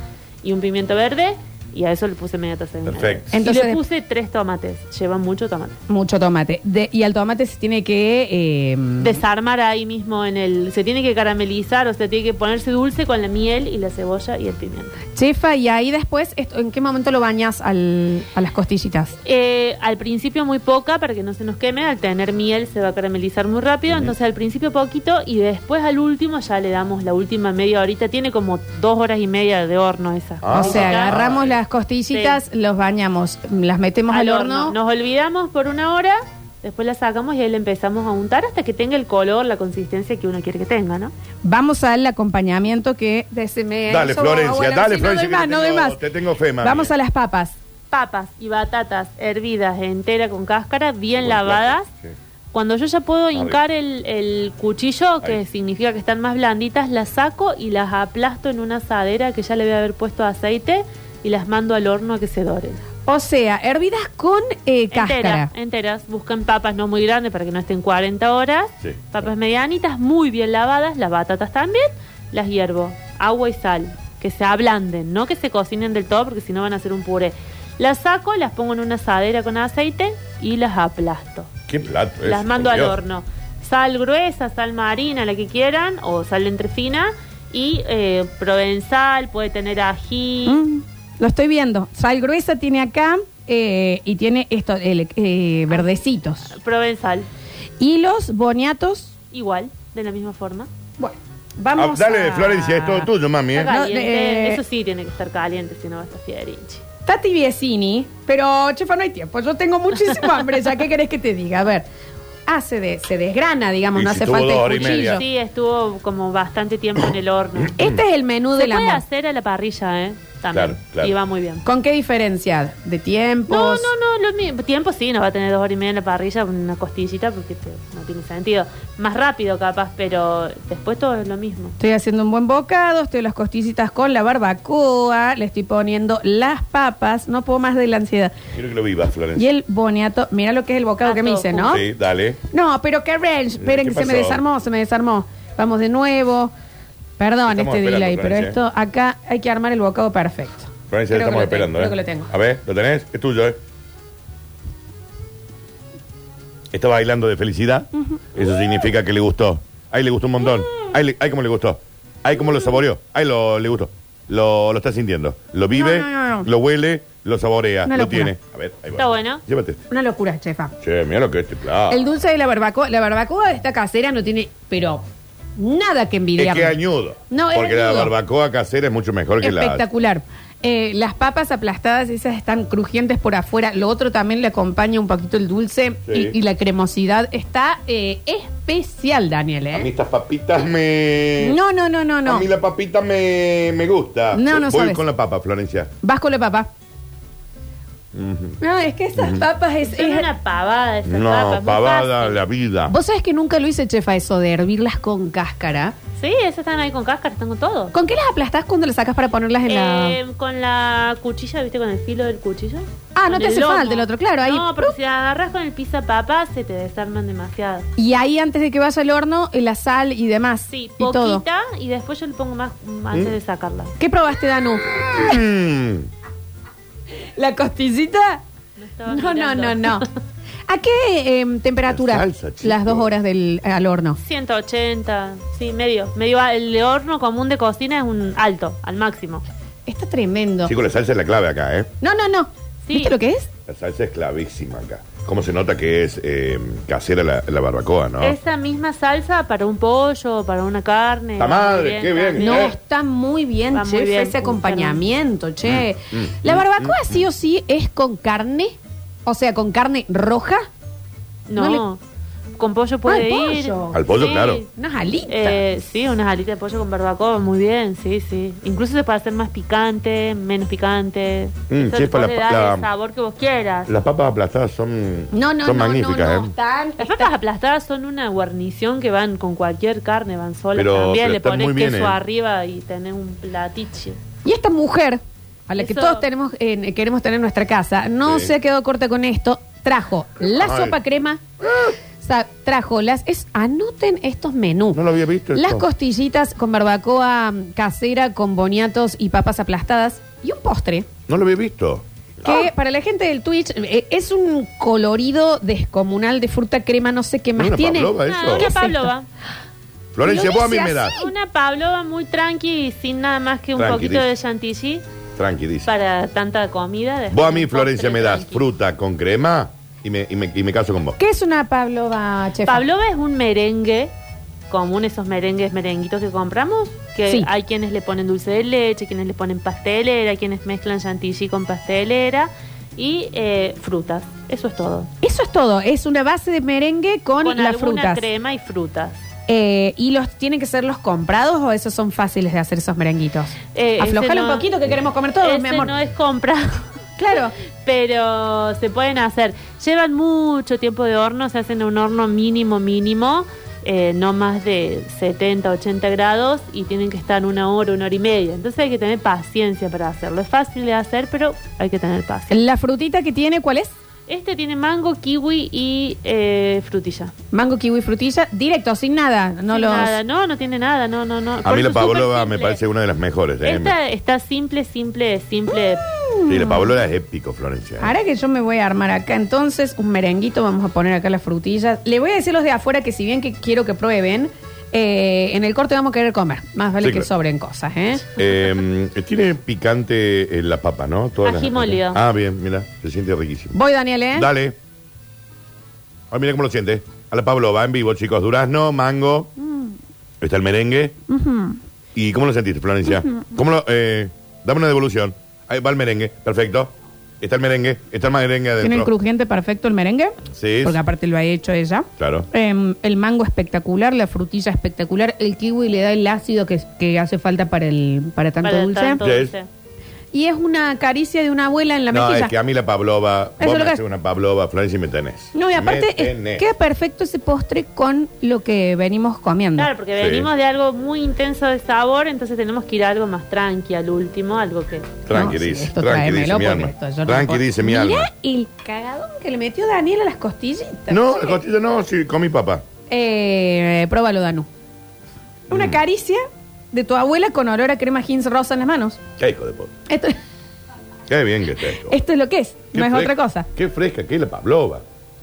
y un pimiento verde y a eso le puse media taza de vinagre.
Perfecto.
Entonces-
y le puse tres tomates, lleva mucho tomate.
Mucho tomate. De- y al tomate se tiene que. eh,
desarmar ahí mismo en el. Se tiene que caramelizar, o sea, tiene que ponerse dulce con la miel y la cebolla y el pimiento.
chefa, y ahí después, esto- ¿en qué momento lo bañas al- a las costillitas?
Eh, al principio muy poca para que no se nos queme, al tener miel se va a caramelizar muy rápido, entonces al principio poquito y después al último ya le damos la última media horita, tiene como dos horas y media de horno esa.
Ah.
o sea,
Acá,
agarramos las costillitas, los bañamos, las metemos al, horno.
Nos olvidamos por una hora, después la sacamos y ahí la empezamos a untar hasta que tenga el color, la consistencia que uno quiere que tenga, ¿no?
Vamos al acompañamiento que. Decime,
Dale,
eso,
Florencia,
abuela,
dale,
si no doy más,
Florencia, que te
no doy
tengo-
más.
te tengo fe, mami.
Vamos a las papas.
papas y batatas hervidas entera con cáscara, bien
Buen
lavadas.
plato, sí.
Cuando yo ya puedo
bien.
hincar el, el cuchillo, que
Ahí.
significa que están más blanditas, las saco y las aplasto en una asadera que ya le voy a haber puesto aceite y las mando al horno a que se doren.
O sea, hervidas con eh, cáscara.
Enteras, enteras. Buscan papas no muy grandes para que no estén 40 horas.
Sí.
Papas medianitas, muy bien lavadas. Las batatas también. Las hiervo. Agua y sal. Que se ablanden, no que se cocinen del todo porque si no van a hacer un puré. Las saco, las pongo en una asadera con aceite y las aplasto.
¿Qué plato es?
las mando
por
al
Dios?
horno. Sal gruesa, sal marina, la que quieran, o sal de entre fina. Y eh, provenzal, puede tener ají.
Mm, lo estoy viendo. Sal gruesa tiene acá eh, y tiene estos verdecitos.
Provenzal,
Y los boniatos.
igual, de la misma forma.
Bueno, vamos.
Ah, dale,
a-
Florencia, es todo tuyo, mami. ¿eh?
Está caliente.
No, eh,
Eso sí tiene que estar caliente, si no va a estar Fierinchi.
Está tibiecini, pero chefa, no hay tiempo. Yo tengo muchísimo hambre ya. ¿Qué querés que te diga? A ver. Ah, se, de- se desgrana, digamos,
Y
no
si
hace
tuvo
falta
dos
el
horas y media.
cuchillo.
Sí, estuvo como bastante tiempo en el horno.
Este es el menú
Se
de la
puede hacer a la parrilla, ¿eh? También.
Claro, claro.
Y va muy bien.
¿Con qué diferencia? ¿De tiempos?
No, no, no, lo mismo. Tiempo sí, no va a tener dos horas y media en la parrilla, una costillita, porque te- no tiene sentido. Más rápido capaz, pero después todo es lo mismo.
Estoy haciendo un buen bocado, estoy las costillitas con la barbacoa, le estoy poniendo las papas, no puedo más de la ansiedad.
Quiero que lo vivas,
Y
Florencia.
el boniato, mira lo que es el bocado
Ah,
que me
todo
hice, ¿no?
Sí, dale.
No, pero qué range, esperen
¿Qué
que se me
pasó?
desarmó, se me desarmó. Vamos de nuevo. Perdón
Estamos
este
esperando,
delay, pero
Florencia.
esto acá hay que armar el bocado perfecto.
Florencia,
Creo que
estamos
lo tengo,
esperando, ¿eh?
Creo que lo tengo.
A ver, ¿lo tenés? Es tuyo, ¿eh? Está bailando de felicidad. Eso significa que le gustó. Ahí le gustó un montón.
Mm.
Ahí, le- ahí como le gustó. Ahí como lo saboreó. Ahí lo, le gustó. Lo, lo está sintiendo. Lo vive,
No, no, no, no.
lo huele, lo saborea,
Una
lo
locura.
tiene. A ver, ahí va.
Está bueno.
Llévate. este.
Una locura, chefa.
Che, mira lo que es este plato.
El dulce de la barbacoa, la barbacoa de esta casera no tiene, pero nada que
es
envidiar.
que añudo.
No, es
porque la
añudo.
barbacoa casera es mucho mejor que la...
Espectacular. Eh, las papas aplastadas, esas están crujientes por afuera. Lo otro también le acompaña un poquito el dulce
Sí.
y, y la cremosidad. Está eh, especial, Daniel. ¿eh?
A mí estas papitas me...
No, no, no, no,
A
no.
mí la papita me, me gusta.
No, no
Voy
sabes.
con la papa, Florencia.
Vas con la papa. No, es que esas papas es...
Son
es-
una pavada esas
No,
papas, muy
pavada
fácil.
la vida.
Vos sabés que nunca lo hice, chefa, eso de hervirlas con cáscara.
Sí, esas están ahí con cáscara, están con todo.
¿Con qué las aplastás cuando las sacas para ponerlas en la...?
Eh, con la cuchilla, ¿viste? Con el filo del cuchillo.
Ah, no
Con
te
el
hace
lomo.
falta el otro, claro, ahí, uh.
No, porque
¡pum!
si agarras con el pizza papá, se te desarman demasiado.
Y ahí antes de que vaya al horno, eh, la sal y demás.
Sí,
y todo.
poquita y después yo le pongo más mm, antes de sacarla.
¿Qué probaste, Danu?
Mm.
¿La costillita?
No, estaba
No, no,
mirando.
no, no. ¿A qué em, temperatura
La salsa, chico.
las dos horas del, al horno?
180, sí, medio. medio a- el horno común de cocina es un alto, al máximo.
Está tremendo.
Chicos, la salsa es la clave acá, ¿eh?
No, no, no.
Sí.
¿Viste lo que es?
La salsa es clavísima acá. ¿Cómo se nota que es eh, casera la, la barbacoa,
Ah.
no?
Esa misma salsa para un pollo, para una carne.
La
va muy
madre,
bien
qué bien.
también.
No,
Eh.
está muy bien,
Va muy
chef,
bien.
ese acompañamiento,
Mm.
che. La barbacoa sí o sí es con carne, o sea, con carne roja.
No,
No
con pollo puede
Ah, el
ir.
pollo.
Al pollo,
Sí.
claro.
Unas alitas.
Eh, sí, unas alitas de pollo con barbacoa, muy bien, sí, sí. Incluso se puede hacer más picante, menos picante.
Mm,
Eso
sí,
le
para la
puede
pa-
dar el
la-
sabor que vos quieras.
Las papas aplastadas son,
no, no,
son
no, no,
magníficas,
no,
¿eh?
están-
Las papas aplastadas son una guarnición que van con cualquier carne, van solas
Pero-
también.
pero
le
están
pones
muy bien,
queso
¿eh?
arriba y tenés un platiche.
Y esta mujer, a la que
Eso-
todos tenemos, eh, queremos tener en nuestra casa, no
Sí.
se ha quedado corta con esto. Trajo la
Ay.
sopa crema, sa- trajo las. Es, anoten estos menús.
No lo había visto
Las
esto.
costillitas con barbacoa mm, casera, con boniatos y papas aplastadas. Y un postre.
No lo había visto. Ah.
Que para la gente del Twitch eh, es un colorido descomunal de fruta crema, no sé qué
¿No
más
es una
tiene.
pavlova eso?
Ah,
¿Qué
una
es esto?
pavlova.
Florencia,
Lo
vos a mí
dice
me das.
así.
Una pavlova muy tranqui y sin nada más que un
Tranqui,
poquito
dice.
de chantilly
Tranqui, dice.
para tanta comida. después
Vos a
un
mí, Florencia,
postre
me das
tranqui.
fruta con crema y me, y me, y me caso con vos.
¿Qué es una pavlova, chef?
Pavlova es un merengue común, esos merengues, merenguitos que compramos, que
Sí.
hay quienes le ponen dulce de leche, quienes le ponen pastelera, quienes mezclan chantilly con pastelera y eh, frutas. Eso es todo.
Eso es todo. Es una base de merengue con, las
alguna
frutas.
crema y frutas.
Eh, ¿Y los tienen que ser los comprados o esos son fáciles de hacer esos merenguitos?
Eh,
Aflojale
ese no-
un poquito que queremos comer todos,
Ese
mi amor.
no es comprado.
Claro.
Pero se pueden hacer. Llevan mucho tiempo de horno, se hacen en un horno mínimo, mínimo, eh, no más de 70, 80 grados y tienen que estar una hora, una hora y media. Entonces hay que tener paciencia para hacerlo. Es fácil de hacer, pero hay que tener paciencia.
¿La frutita que tiene cuál es?
Este tiene mango, kiwi y eh, frutilla.
Mango, kiwi, frutilla, directo, sin nada. No
Sin
los...
nada, no, no tiene nada, no, no, no.
A
Por
mí la
eso es súper
pavlova me
simple.
parece una de las mejores. ¿eh?
Esta está simple, simple, simple.
Sí, la pavlova es épico, Florencia. ¿eh?
Ahora que yo me voy a armar acá, entonces un merenguito, vamos a poner acá las frutillas. Le voy a decir los de afuera que si bien que quiero que prueben, eh, en el corte vamos a querer comer. Más vale
Sí,
que
claro.
sobren cosas, ¿eh?
Eh, tiene picante eh, la papa, ¿no? Todas
Ají
las-
molido.
Ah, bien, mira, se siente riquísimo.
Voy, Daniel, ¿eh?
Dale. Ay, mira cómo lo siente. A la Pablo va en vivo, chicos. Durazno, mango.
Mm.
Está el merengue. ¿Y cómo lo sentiste, Florencia? ¿Cómo lo, eh, dame una devolución. Ahí va el merengue. Perfecto. Está el merengue. Está el merengue adentro.
Tiene el crujiente perfecto el merengue.
Sí.
Porque aparte lo ha hecho ella.
Claro.
Em, el mango espectacular, la frutilla espectacular, el kiwi le da el ácido que, que hace falta para el para tanto
para
dulce.
tanto
Yes.
dulce.
Y es una caricia de una abuela en la
no,
mejilla.
es que a mí la
Eso
Pavlova. Vos
es
me
lo que
haces
es.
una Pavlova, Florencia, y me tenés.
No, y aparte
Me
es-
tenés.
queda perfecto ese postre con lo que venimos comiendo.
Claro, porque
Sí.
venimos de algo muy intenso de sabor, entonces tenemos que ir a algo más tranqui al último, algo que...
Tranqui,
No, sí,
dice.
esto
Tranqui,
tráemelo,
dice mi
porque
alma.
esto yo no
Tranqui,
puedo-
dice mi
Mirá
alma.
el cagadón que le metió Daniel a las costillitas.
No, el costillo no, sí, con mi papá.
Eh, próbalo, Danu.
Mm.
Una caricia de tu abuela con olor a crema jeans rosa en las manos.
Qué hijo de puta.
Esto,
Qué bien que está esto.
esto es lo que es,
Qué
no es
fresca-
otra cosa.
Qué fresca que es la Pavlova.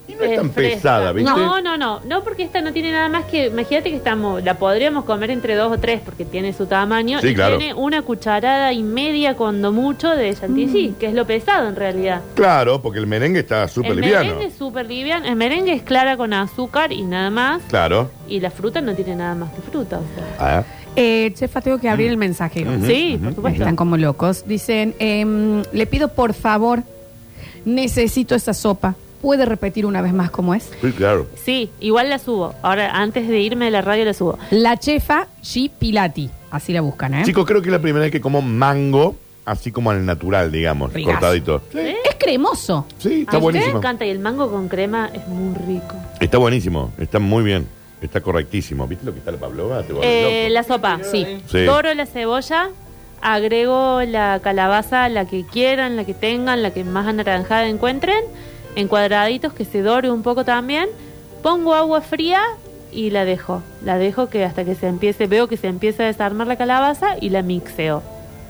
Y no es,
eh,
tan
fresca.
pesada, ¿viste?
No, no, no, no, porque esta no tiene nada más que... Imagínate que estamos la podríamos comer entre dos o tres, porque tiene su tamaño,
Sí,
y
claro.
tiene una cucharada y media cuando mucho de chantilly,
Mm.
que es lo pesado en realidad.
Claro, porque el merengue está súper
el
liviano.
merengue es súper liviano, el merengue es clara con azúcar y nada más,
Claro.
y la fruta no tiene nada más que fruta, o sea.
Ah.
Eh, chefa, tengo que abrir el mensajero.
sí, por supuesto.
Están como locos. Dicen, em, le pido por favor, necesito esa sopa. ¿Puede repetir una vez más cómo es?
Sí, claro.
Sí, igual la subo. Ahora, antes de irme de la radio la subo.
La chefa G. Pilati. Así la buscan, ¿eh?
Chicos, creo que es la primera vez que como mango, así como al natural, digamos,
Ricazo.
cortadito.
¿Eh?
Es cremoso.
Sí,
A
está
mí Me
buenísimo.
encanta y el mango con crema es muy rico.
Está buenísimo, está muy bien, está correctísimo. ¿Viste lo que está la Pavlova? Te vuelve
Eh,
loco.
la sopa, sí.
Sí.
Doro la cebolla, agrego la calabaza, la que quieran, la que tengan, la que más anaranjada encuentren, en cuadraditos que se dore un poco también. Pongo agua fría y la dejo. La dejo que hasta que se empiece, veo que se empieza a desarmar la calabaza y la mixeo.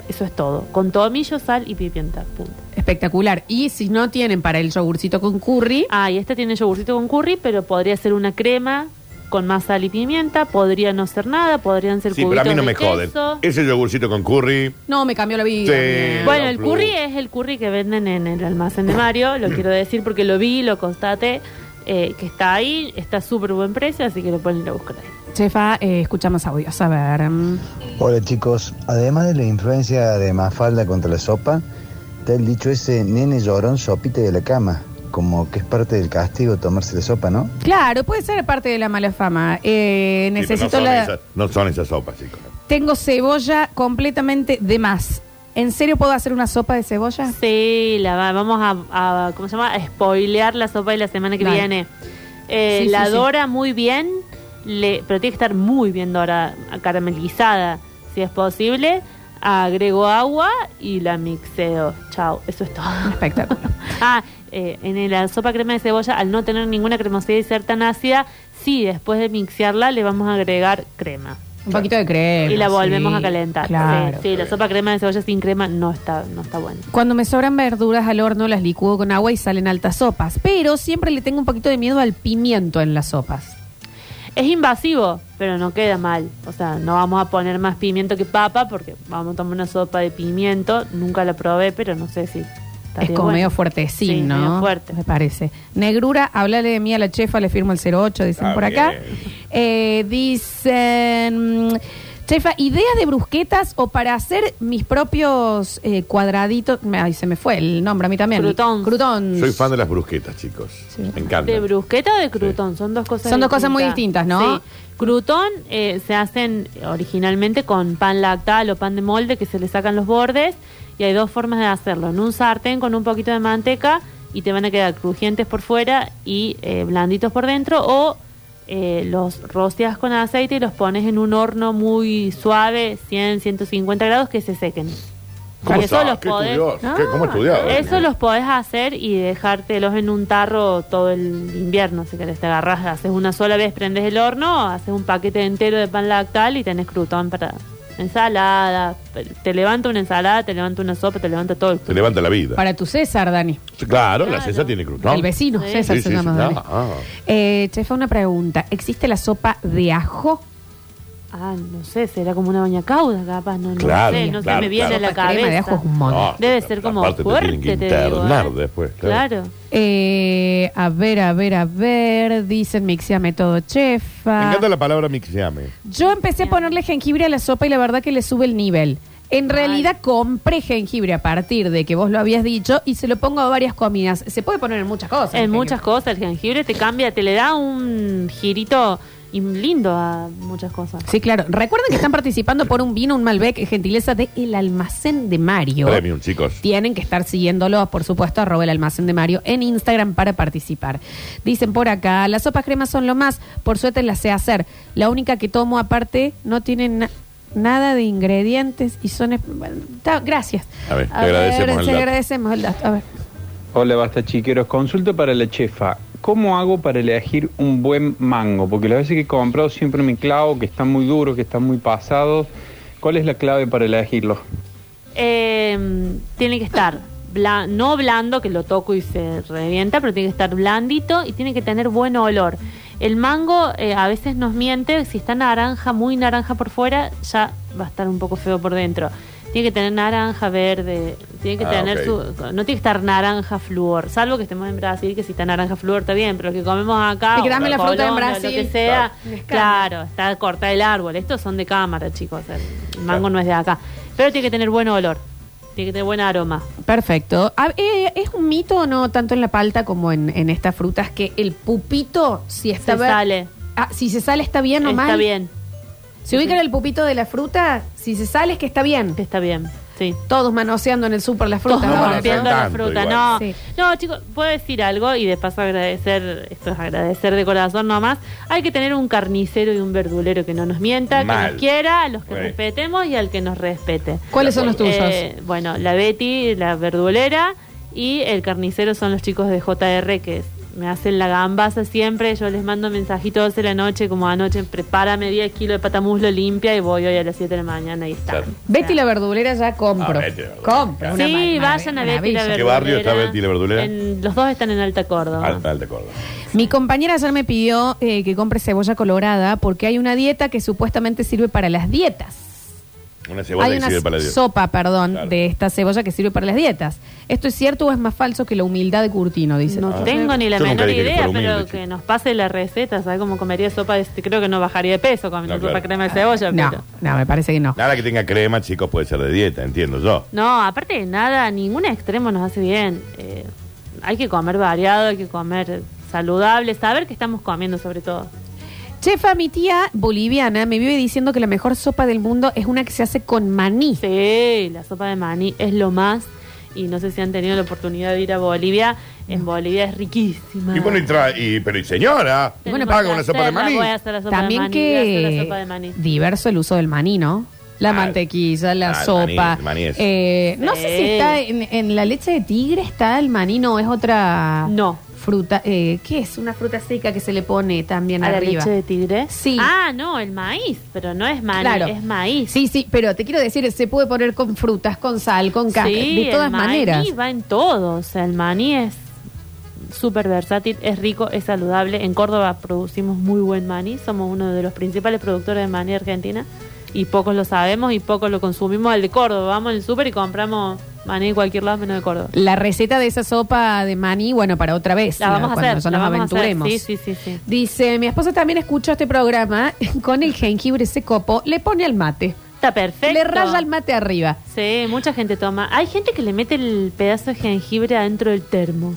Eso es todo. Con tomillo, sal y pimienta. Punto.
Espectacular. Y si no tienen para el yogurcito con curry,
Ah, y esta tiene yogurcito con curry, pero podría ser una crema con más sal y pimienta, podría no ser nada, podrían ser
Sí, pero a
cubitos
mí no
de
me joden. Eh,
queso.
Ese yogurcito con curry.
no, me cambió la vida.
Sí.
Bien.
Bueno, el
Flu.
curry es el curry que venden en el almacén de Mario,
Mm.
lo quiero decir porque lo vi, lo constaté, eh, que está ahí, está a súper buen precio, así que lo pueden ir a buscar ahí.
Chefa, eh, escuchamos audios. A ver. mm.
Hola chicos, además de la influencia de Mafalda contra la sopa, está el dicho ese nene llorón sopite de la cama. como que es parte del castigo tomarse la sopa, ¿no?
Claro, puede ser parte de la mala fama. Eh,
Sí, pero
necesito
no son
la.
esas- no son esas sopas, chicos.
Tengo cebolla completamente de más. ¿En serio puedo hacer una sopa de cebolla?
Sí, la va- vamos a, a- ¿cómo se llama? A spoilear la sopa de la semana que
Dale.
viene. Eh,
Sí,
la
sí, sí.
dora muy bien, le, pero tiene que estar muy bien dorada, caramelizada, si es posible. Agrego agua y la mixeo. Chao, eso es todo.
Espectáculo.
Ah, eh, en la sopa crema de cebolla, al no tener ninguna cremosidad y ser tan ácida, sí, después de mixearla le vamos a agregar crema.
Un poquito de crema.
Y la volvemos
sí.
a calentar.
Claro.
Sí, sí, la sopa crema de cebolla sin crema no está, no está buena.
Cuando me sobran verduras al horno, las licúo con agua y salen altas sopas. Pero siempre le tengo un poquito de miedo al pimiento en las sopas.
Es invasivo, pero no queda mal. O sea, no vamos a poner más pimiento que papa porque vamos a tomar una sopa de pimiento. Nunca la probé, pero no sé si.
Es
estaría
como
buena.
medio fuertecín,
Sí,
¿no?
medio fuerte.
Me parece. Negrura, háblale de mí a la chefa, le firmo el 08, dicen
Ah,
por acá.
bien.
Eh, dicen, mm, chefa, ideas de brusquetas o para hacer mis propios eh, cuadraditos. Me- Ay, se me fue el nombre a mí también.
Croutons.
Croutons.
Soy fan de las brusquetas, chicos.
Sí.
Me encanta.
¿De brusqueta o de crutón? Son dos cosas
Son dos cosas muy distintas, ¿no?
Sí. Crutón eh, se hacen originalmente con pan lactal o pan de molde que se le sacan los bordes y hay dos formas de hacerlo. En un sartén con un poquito de manteca y te van a quedar crujientes por fuera y eh, blanditos por dentro o eh, los rocias con aceite y los pones en un horno muy suave, 100, 150 grados, que se sequen.
¿Cómo
Y eso
sabes?
los
¿Qué
podés-
estudios? ¿Qué- ¿Cómo estudiado? ¿eh?
Eso los podés hacer y dejártelos en un tarro todo el invierno, si querés. Te agarras, haces una sola vez, prendes el horno, haces un paquete entero de pan lactal y tenés crutón para ensalada. Te levanta una ensalada, te levanta una sopa, te levanta todo el
Te
crutón.
levanta la vida.
Para tu César, Dani.
Sí, Claro, la
Claro.
César tiene crutón.
El vecino,
Sí.
César
Sí,
se
sí,
llama.
sí.
Dani.
Ah, ah.
Eh, chefa, una pregunta. ¿Existe la sopa de ajo?
Ah, no sé, será como una baña cauda, capaz. No, no
Claro,
sé, no
claro,
se me viene
claro. Ah.
a la
Sopa de crema de ajo
cabeza.
es un montón.
No,
Debe ser como
aparte
fuerte,
te tienen que
te digo,
internar
¿eh?
después. Claro.
Claro.
Eh, a ver, a ver, a ver. Dicen mixiame todo, chefa.
Me encanta la palabra mixiame.
Yo empecé a ponerle jengibre a la sopa y la verdad que le sube el nivel. En realidad compré jengibre a partir de que vos lo habías dicho y se lo pongo a varias comidas. Se puede poner en muchas cosas.
En
el
muchas cosas, el jengibre te cambia, te le da un girito y- lindo a muchas cosas.
Sí, claro. Recuerden que están participando por un vino, un Malbec, gentileza de El Almacén de Mario.
Premium, chicos.
Tienen que estar siguiéndolos, por supuesto, arroba el almacén de Mario en Instagram para participar. Dicen por acá, las sopas cremas son lo más, por suerte las sé hacer. La única que tomo aparte no tiene na- nada de ingredientes y son... es- bueno, está- gracias.
A ver, te agradecemos
te
el dato.
agradecemos el dato. A ver.
Hola, basta chiqueros. Consulta para la chefa. ¿Cómo hago para elegir un buen mango? Porque las veces que he comprado siempre me clavo, que están muy duros, que están muy pasados. ¿Cuál es la clave para elegirlos?
Eh, tiene que estar bla- no blando, que lo toco y se revienta, pero tiene que estar blandito y tiene que tener buen olor. El mango eh, a veces nos miente, si está naranja, muy naranja por fuera, ya va a estar un poco feo por dentro. Tiene que tener naranja verde, tiene que
Ah,
tener
ok.
su, no tiene que estar naranja flúor, salvo que estemos en Brasil, que si está naranja flúor está bien, pero lo que comemos acá,
Sí, que
o
dame la fruta en
colón, o
Brasil.
lo que sea,
Claro.
claro, está corta el árbol, estos son de cámara, chicos, el mango no es de acá, pero tiene que tener buen olor, tiene que tener buen aroma.
Perfecto. A- eh, ¿Es un mito o no, tanto en la palta como en, en estas frutas, que el pupito, si está
Se
ver-
sale.
Ah, si se sale, está bien o
está
mal?
bien,
Si ubican el pupito de la fruta, si se sale es que está bien.
está bien, sí.
Todos manoseando en el súper las frutas.
Todos
ahora.
manoseando.
rompiendo la
tanto
fruta,
igual.
no.
Sí.
No, chicos, puedo decir algo y de paso agradecer, esto es agradecer de corazón nomás. Hay que tener un carnicero y un verdulero que no nos mienta, que
Mal.
nos quiera, a los que
Sí.
respetemos y al que nos respete.
¿Cuáles son los tuyos?
Eh, bueno, la Betty, la verdulera y el carnicero son los chicos de JR que me hacen la gambaza siempre. Yo les mando mensajitos de la noche, como anoche, prepárame 10 kilos de patamuslo limpia y voy hoy a las 7 de la mañana y está.
Claro.
Betty la verdulera ya compro.
Ah, Betty la verdulera.
compro. una
Sí,
ma-
vayan a Betty la
maravilla.
Verdulera.
¿Qué barrio está Betty la Verdulera?
En- los dos están en Alta Córdoba.
Al, al de Córdoba.
Mi compañera ayer me pidió eh, que compre cebolla colorada porque hay una dieta que supuestamente sirve para las dietas.
Una cebolla
hay
que sirve
una
para Dios.
sopa, perdón,
Claro.
de esta cebolla que sirve para las dietas. ¿Esto es cierto o es más falso que la humildad de Curtino? Dice.
No
Ah.
tengo ni la
Yo nunca
menor
dije que
idea,
fuera humilde,
pero
chico.
que nos pase la receta, ¿sabes cómo comería sopa? de este? Creo que no bajaría de peso comiendo
No,
sopa
claro.
crema de cebolla.
no,
pero-
no, me parece que no.
Nada que tenga crema, chicos, puede ser de dieta, entiendo yo.
No, aparte de nada, ningún extremo nos hace bien. Eh, hay que comer variado, hay que comer saludable, saber qué estamos comiendo sobre todo.
Chefa, mi tía boliviana me vive diciendo que la mejor sopa del mundo es una que se hace con maní.
Sí, la sopa de maní es lo más. Y no sé si han tenido la oportunidad de ir a Bolivia. En Bolivia es riquísima.
Y bueno, y, tra- y- pero y señora,
Tenemos que
paga una sopa de
hacerla,
maní.
Voy a hacer la sopa
También
de maní, voy a hacer la
que
sopa de maní.
diverso el uso del maní, ¿no? La
Ah,
mantequilla, la
ah, el maní,
sopa.
el maní es-
eh, no sé si
Sí.
está en, en la leche de tigre, está el maní, no, es otra
No.
fruta. eh, ¿Qué es? Una fruta seca que se le pone también
¿A la
arriba.
leche de tigre?
Sí.
Ah, no, el maíz, pero no es maní,
Claro.
es maíz.
Sí, sí, pero te quiero decir, se puede poner con frutas, con sal, con carne,
Sí,
de todas
el maní
maneras.
va en todo, o sea, el maní es súper versátil, es rico, es saludable. En Córdoba producimos muy buen maní, somos uno de los principales productores de maní de Argentina y pocos lo sabemos y pocos lo consumimos al de Córdoba. Vamos al súper y compramos maní de cualquier lado menos de Córdoba.
La receta de esa sopa de maní, bueno, para otra vez,
La vamos a
cuando
hacer,
nosotros
la
nos
vamos a hacer.
aventuremos.
Sí, sí, sí, sí.
Dice, mi esposo también escuchó este programa con el jengibre se copo, le pone al mate.
Está perfecto.
Le raya el mate arriba.
Sí, mucha gente toma. Hay gente que le mete el pedazo de jengibre adentro del termo.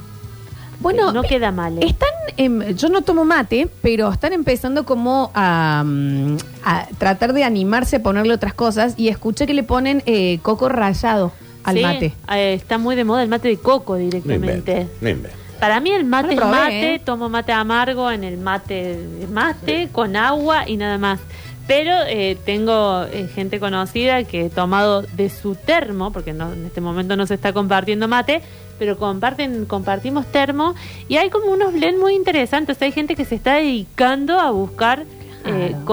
Bueno,
no
vi-
queda mal. ¿eh?
están, em, yo no tomo mate, pero están empezando como a, mm, a tratar de animarse a ponerle otras cosas y escuché que le ponen eh, coco rallado al
Sí,
mate.
eh, está muy de moda el mate de coco
No
directamente.
inventes, no inventes.
Para mí el mate
No
es
lo probé,
mate,
¿eh?
tomo mate amargo en el mate de mate con agua y nada más. Pero eh, tengo eh, gente conocida que he tomado de su termo, porque no- en este momento no se está compartiendo mate, pero comparten, compartimos termo y hay como unos blends muy interesantes. Hay gente que se está dedicando a buscar eh,
Claro.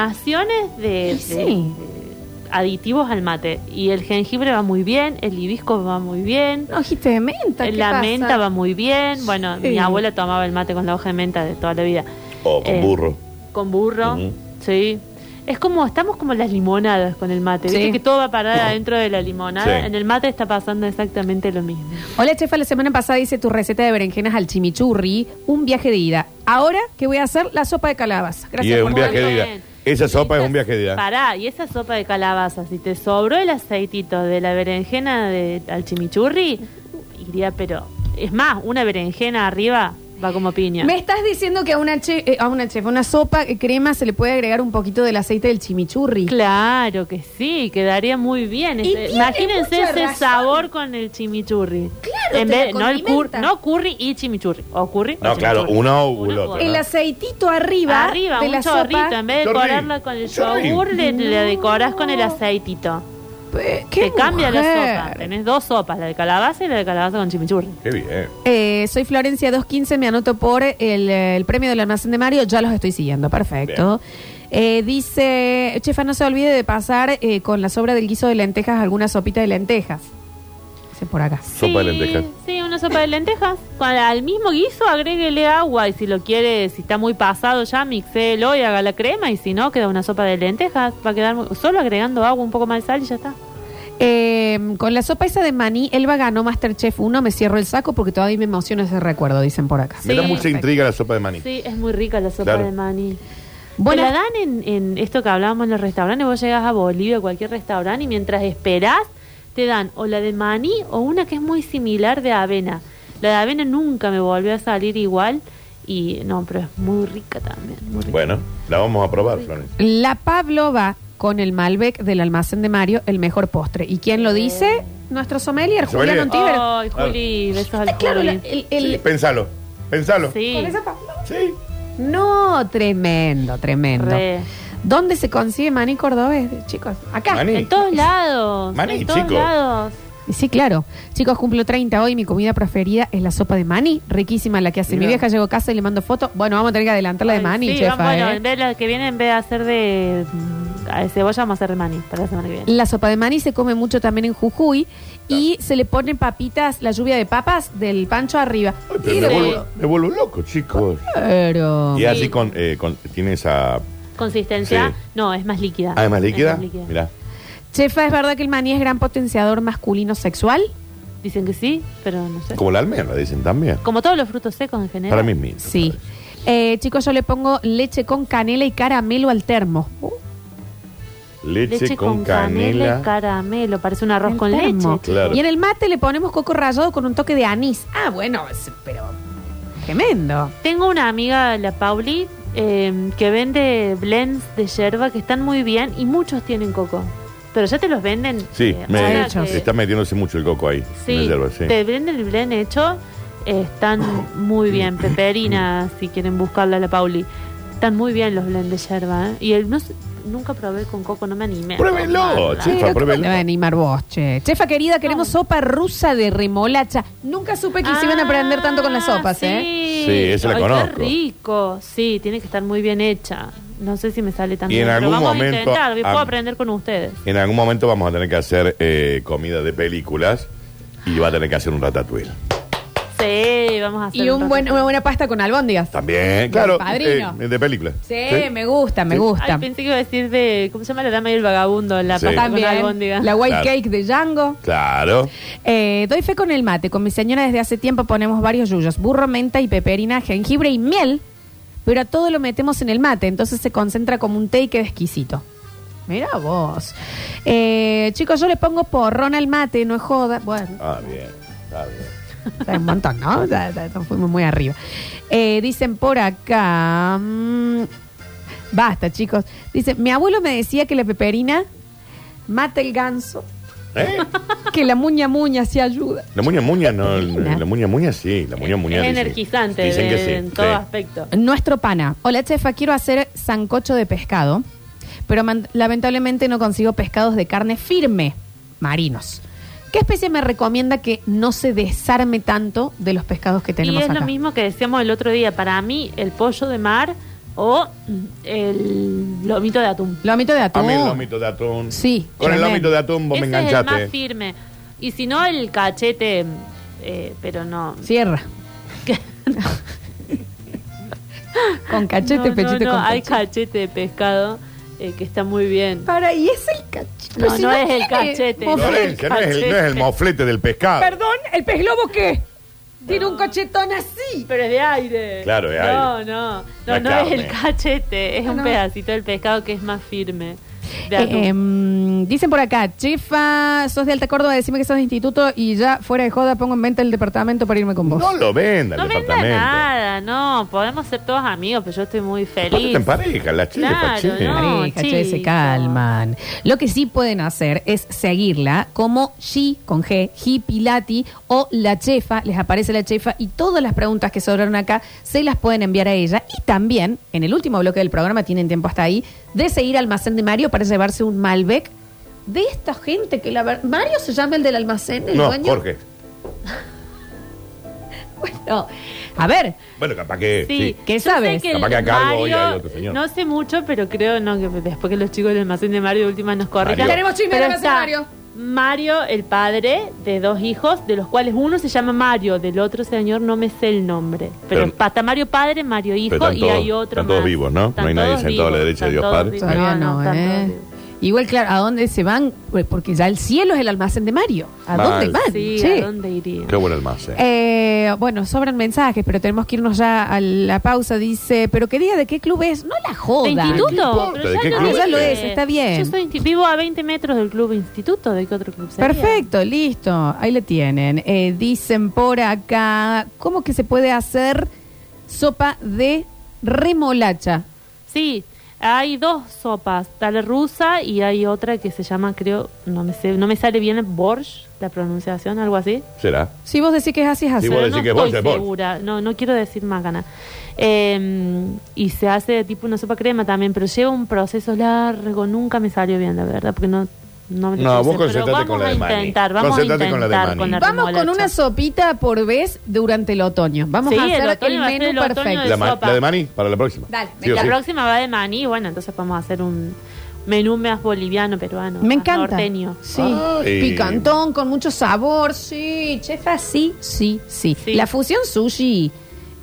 combinaciones de,
Y
de-
sí.
de aditivos al mate. Y el jengibre va muy bien, el hibisco va muy bien.
Hojita de menta. ¿qué
Eh, La
pasa?
menta va muy bien. Bueno,
Sí.
mi abuela tomaba el mate con la hoja de menta de toda la vida.
O con
Eh,
burro.
Con burro,
Ujú.
sí. Es como, estamos como las limonadas con el mate.
Sí.
Viste que todo va a parar adentro de la limonada.
Sí.
En el mate está pasando exactamente lo mismo.
Hola, chefa, la semana pasada hice tu receta de berenjenas al chimichurri, un viaje de ida. Ahora, ¿qué voy a hacer? La sopa de calabaza. Gracias
Y es
por
un viaje de ida.
Bien.
Esa sopa
Esa-
es un viaje de ida.
Pará, y esa sopa de calabaza, si te sobró el aceitito de la berenjena de, al chimichurri, iría, pero... Es más, una berenjena arriba va como piña.
Me estás diciendo que a una, che- eh, a una chef, a una sopa eh, crema se le puede agregar un poquito del aceite del chimichurri.
Claro que sí, quedaría muy bien.
Y
Ese-
tiene
imagínense
mucha
ese
razón.
sabor con el chimichurri.
Claro,
En
te
vez-
lo
no, el cur-
condimentan.
no curry y chimichurri. O curry. o
No, claro,
chimichurri.
uno u el
Uno
otro,
u
¿no?
El aceitito arriba,
Arriba,
de
un
la
chorrito.
sopa.
En vez de
Chorri,
decorarla con el
chorri.
yogur, le, le decorás con el aceitito.
Pe- eh, ¡Qué
Te cambia la
mujer!
sopa. Tenés dos sopas, la de calabaza y la de calabaza con chimichurri.
Qué bien.
Eh, soy Florencia 215, me anoto por el, el premio del almacén de Mario, ya los estoy siguiendo, perfecto. Eh, dice, chefa, no se olvide de pasar eh, con la sobra del guiso de lentejas alguna sopita de lentejas. Dice por acá.
Sopa de
Sí,
lentejas.
Sí, una sopa de lentejas. Con, al mismo guiso agréguele agua y si lo quiere, si está muy pasado ya, mixélo y haga la crema y si no, queda una sopa de lentejas. Va a quedar muy- solo agregando agua, un poco más de sal y ya está.
Eh, con la sopa esa de maní, Elba ganó Masterchef 1, me cierro el saco porque todavía me emociona ese recuerdo, dicen por acá.
Me da
Sí.
mucha intriga la sopa de maní.
Sí, es muy rica la sopa
Claro.
de maní.
Bueno,
Bueno, la dan en, en esto que hablábamos en los restaurantes. Vos llegás a Bolivia, a cualquier restaurante, y mientras esperás, te dan o la de maní o una que es muy similar de avena. La de avena nunca me volvió a salir igual. Y no, pero es muy rica también. muy rica.
Bueno, la vamos a probar, Florencia.
la Pablo va con el Malbec del almacén de Mario, el mejor postre. ¿Y quién lo dice? Nuestro sommelier,
Oh. Sommelier.
Julián Ontiver.
Ay, Juli, besos al
Está claro, la-
Juli.
el- el-
Sí, pensalo, pensalo.
Sí.
con esa Pablo.
Sí.
No, tremendo, tremendo.
Re.
¿Dónde se consigue maní cordobés, chicos? Acá. Eh,
Maní.
En todos lados.
Maní,
en todos
chico.
lados.
Sí, claro. Chicos, cumplo 30 hoy. Mi comida preferida es la sopa de maní. Riquísima la que hace. Mi
Mirá.
vieja llegó a casa y le mando foto. Bueno, vamos a tener que adelantar la de
Ay,
maní,
sí,
chefa.
bueno,
¿eh?
en vez de la que viene, en vez de hacer de mm, a- de cebolla, vamos a hacer de maní para la semana que viene.
La sopa de maní se come mucho también en Jujuy. Y se le ponen papitas, la lluvia de papas del pancho arriba.
Ay, pero
Y
me,
de-
vuelvo, me vuelvo loco, chicos.
Pero-
Y así con, eh, con- tiene esa.
Consistencia,
Sí.
no, es más líquida.
Además,
Es
líquida.
más líquida.
Mirá.
Chefa, ¿es verdad que el maní es gran potenciador masculino sexual?
Dicen que sí, pero no sé.
Como la almendra, dicen también.
Como todos los frutos secos en general.
Para mí mismo.
Sí. Eh, chicos, yo le pongo leche con canela y caramelo al termo.
Leche, con,
y
canela.
caramelo. Parece un arroz
El
con
termo.
leche.
Claro.
Y en el mate le ponemos coco rallado con un toque de anís. Ah, bueno, es- pero tremendo.
Tengo una amiga, la Pauli, eh, que vende blends de yerba que están muy bien y muchos tienen coco. Pero ya te los venden.
Sí,
eh,
me,
ahora
hechos.
que-
está metiéndose mucho el coco ahí. en la
Sí,
yerba, sí.
te venden el blend hecho. eh, están muy bien. Peperina, si quieren buscarla, la Pauli. Están muy bien los blends de yerba. ¿eh? Y el, no sé, nunca probé con coco, no me animé. a
Pruébenlo,
tomarla.
che. Chefa,
Pero, ¿cómo
pruébelo.
te va a animar vos, che? Chefa querida, queremos sopa rusa de remolacha. Nunca supe que se iban a aprender tanto con las sopas,
Ah,
¿eh?
Sí, esa la
Ay, qué
conozco.
rico. Sí, tiene que estar muy bien hecha. No sé si me sale tan
Y
bien.
en
pero
algún
vamos
momento,
a intentar, y puedo
am-
aprender con ustedes.
En algún momento vamos a tener que hacer eh, comida de películas y va a tener que hacer un ratatouille.
Sí, vamos a hacer
Y un buen-
rato.
una buena pasta con albóndigas.
También, claro.
Padrino.
eh, de película.
Sí, me gusta, me
Sí.
Ay,
gusta.
pensé que iba a decir de. ¿Cómo se llama la dama y el vagabundo? La
Sí.
pasta con albóndiga.
También, la white
Claro.
cake de Django.
Claro.
Eh, doy fe con el mate. Con mi señora desde hace tiempo ponemos varios yuyos. Burro, menta y peperina, jengibre y miel. Pero a todo lo metemos en el mate. Entonces se concentra como un té y queda exquisito. Mira vos. Eh, chicos, yo le pongo porrón al mate, no es joda. Bueno,
Ah, bien. Está bien.
es un montón, ¿no? Ya, ya, ya fuimos muy arriba. Eh, dicen por acá... mm, basta, chicos. Dice, mi abuelo me decía que la peperina mata el ganso,
¿Eh?
que la muña muña se ayuda.
La muña muña, no.
Peperina.
La muña muña sí. La muña muña.
es
dicen-
energizante
Dicen que
de-
sí.
en todo
sí.
aspecto.
Nuestro pana. Hola, chefa, quiero hacer sancocho de pescado, pero man- lamentablemente no consigo pescados de carne firme, marinos. ¿Qué especie me recomienda que no se desarme tanto de los pescados que
Y
tenemos
es
acá?
lo mismo que decíamos el otro día. Para mí, el pollo de mar o el lomito de atún.
Lomito de
A
atún.
mí el lomito de atún.
Sí,
Con el
tremendo.
lomito de atún vos me
Oh. Ese
enganchaste.
es el más firme. Y si no, el cachete. eh, pero no.
Cierra. con cachete,
No,
pechito,
no, no,
con
hay
cachete.
cachete de pescado eh, que está muy bien.
Para, y es el cachete.
No, no es el cachete.
Florencia,
Mofle-
no, es el, no es el moflete del pescado.
eh, Perdón, ¿el pez globo qué? Tiene un cachetón así.
Pero es de aire.
Claro, es
no,
aire.
No, no,
No
no,
es
es el
carne.
cachete, es un
No.
pedacito del pescado que es más firme. De atún.
Eh, em, dicen por acá, chefa, sos de Alta Córdoba, decime que sos de instituto y ya fuera de joda pongo en venta el departamento para irme con vos.
No lo venda
no
el
venda
departamento.
nada, no, podemos ser todos amigos, pero yo estoy muy
Aparte
feliz.
en pareja, la chefa,
Claro,
che.
no.
Pareja, che, se
chico.
calman. Lo que sí pueden hacer es seguirla como G con G, G Pilati o la chefa, les aparece la chefa y todas las preguntas que sobraron acá se las pueden enviar a ella. Y también, en el último bloque del programa, tienen tiempo hasta ahí, de seguir Almacén de Mario para llevarse un Malbec de esta gente que la verdad. Mario se llama el del almacén, el
No,
dueño.
Jorge.
Bueno, a ver,
Bueno, capaz que.
Sí,
sí.
¿Qué
yo
sabes?
sé que
Capaz que
el
acá algo hoy
Mario-
hay otro señor.
No sé mucho, pero creo no que después que los chicos del almacén de Mario de última nos corrijan.
Mario. Tenemos
chisme
Pero
del almacén
está
Mario.
Mario, el padre de dos hijos, de los cuales uno se llama Mario, del otro señor no me sé el nombre. Pero,
Pero-
es pata Mario padre, Mario hijo
Pero están
y
todos-
hay otro.
están todos
más.
vivos, ¿no?
Están
No hay nadie
todos
sentado a la
vivos,
derecha de Dios
están todos
Padre.
vivos.
Todavía no,
están todos
¿eh?
vivos.
Igual, claro, ¿a dónde se van? Pues Porque ya el cielo es el almacén de Mario. ¿A
Mal.
dónde van?
Sí,
Che.
¿a dónde iría?
Ah, Qué bueno el más, eh.
Eh, bueno, sobran mensajes, pero tenemos que irnos ya a la pausa. Dice, ¿pero qué día de qué club es? No la
¿De
joda.
¿Qué importa?
instituto? Pero
¿De qué
no
club
sé.
Ah, ya lo
es, está bien.
Yo soy insti- vivo a 20 metros del club instituto. ¿De qué otro club sería?
Perfecto, listo. Ahí le tienen. Eh, dicen por acá, ¿cómo que se puede hacer sopa de remolacha?
Sí, hay dos sopas, tal rusa y hay otra que se llama, creo, no me sé, no me sale bien Borsch, la pronunciación, algo así.
¿Será?
Si vos decís que es así, es así.
Sí, vos
Pero
decís
no
que es
estoy
Borsch, es Borsch.
segura, no, no quiero decir macana. Eh, y se hace tipo una sopa crema también, pero lleva un proceso largo, nunca me salió bien, la verdad, porque no... No, me lo
No,
sé,
vos
pero
concentrate
vamos
con la
a
de Mani.
intentar, vamos a
Concentrate
intentar
con
con
la de
la,
Mani.
Vamos con
remolacha.
una sopita por vez durante el otoño. Vamos
Sí,
a
el
hacer el,
otoño va a ser
menú
el otoño
perfecto.
de
La, ma-
sopa.
la de Mani para la próxima.
Dale,
Sí o
la
sí.
próxima va de maní, bueno, entonces podemos hacer un menú más boliviano, peruano,
Me
más
encanta.
norteño.
Sí.
Ay.
Picantón, con mucho sabor, sí. Chefa, sí, sí, sí.
Sí.
La fusión sushi.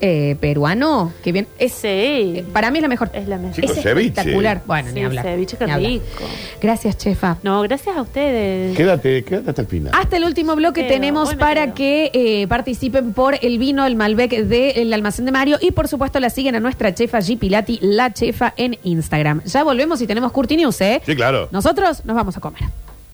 eh, peruano que bien es eh,
Sí.
para mí es la mejor
Es la mejor.
Es
Chicos, ceviche.
espectacular bueno
Sí,
ni hablar,
ceviche, qué
ni hablar.
rico.
gracias chefa
No, gracias a ustedes.
Quédate, quédate hasta el final.
Ah.
Hasta el último bloque
Pero,
tenemos
hoy me
para
quedo.
que eh, participen por el vino, el Malbec del almacén de Mario y por supuesto la siguen a nuestra chefa G. Pilati, la chefa en Instagram. Ya volvemos y tenemos Curti News, ¿eh?
Sí, claro.
Nosotros nos vamos a comer.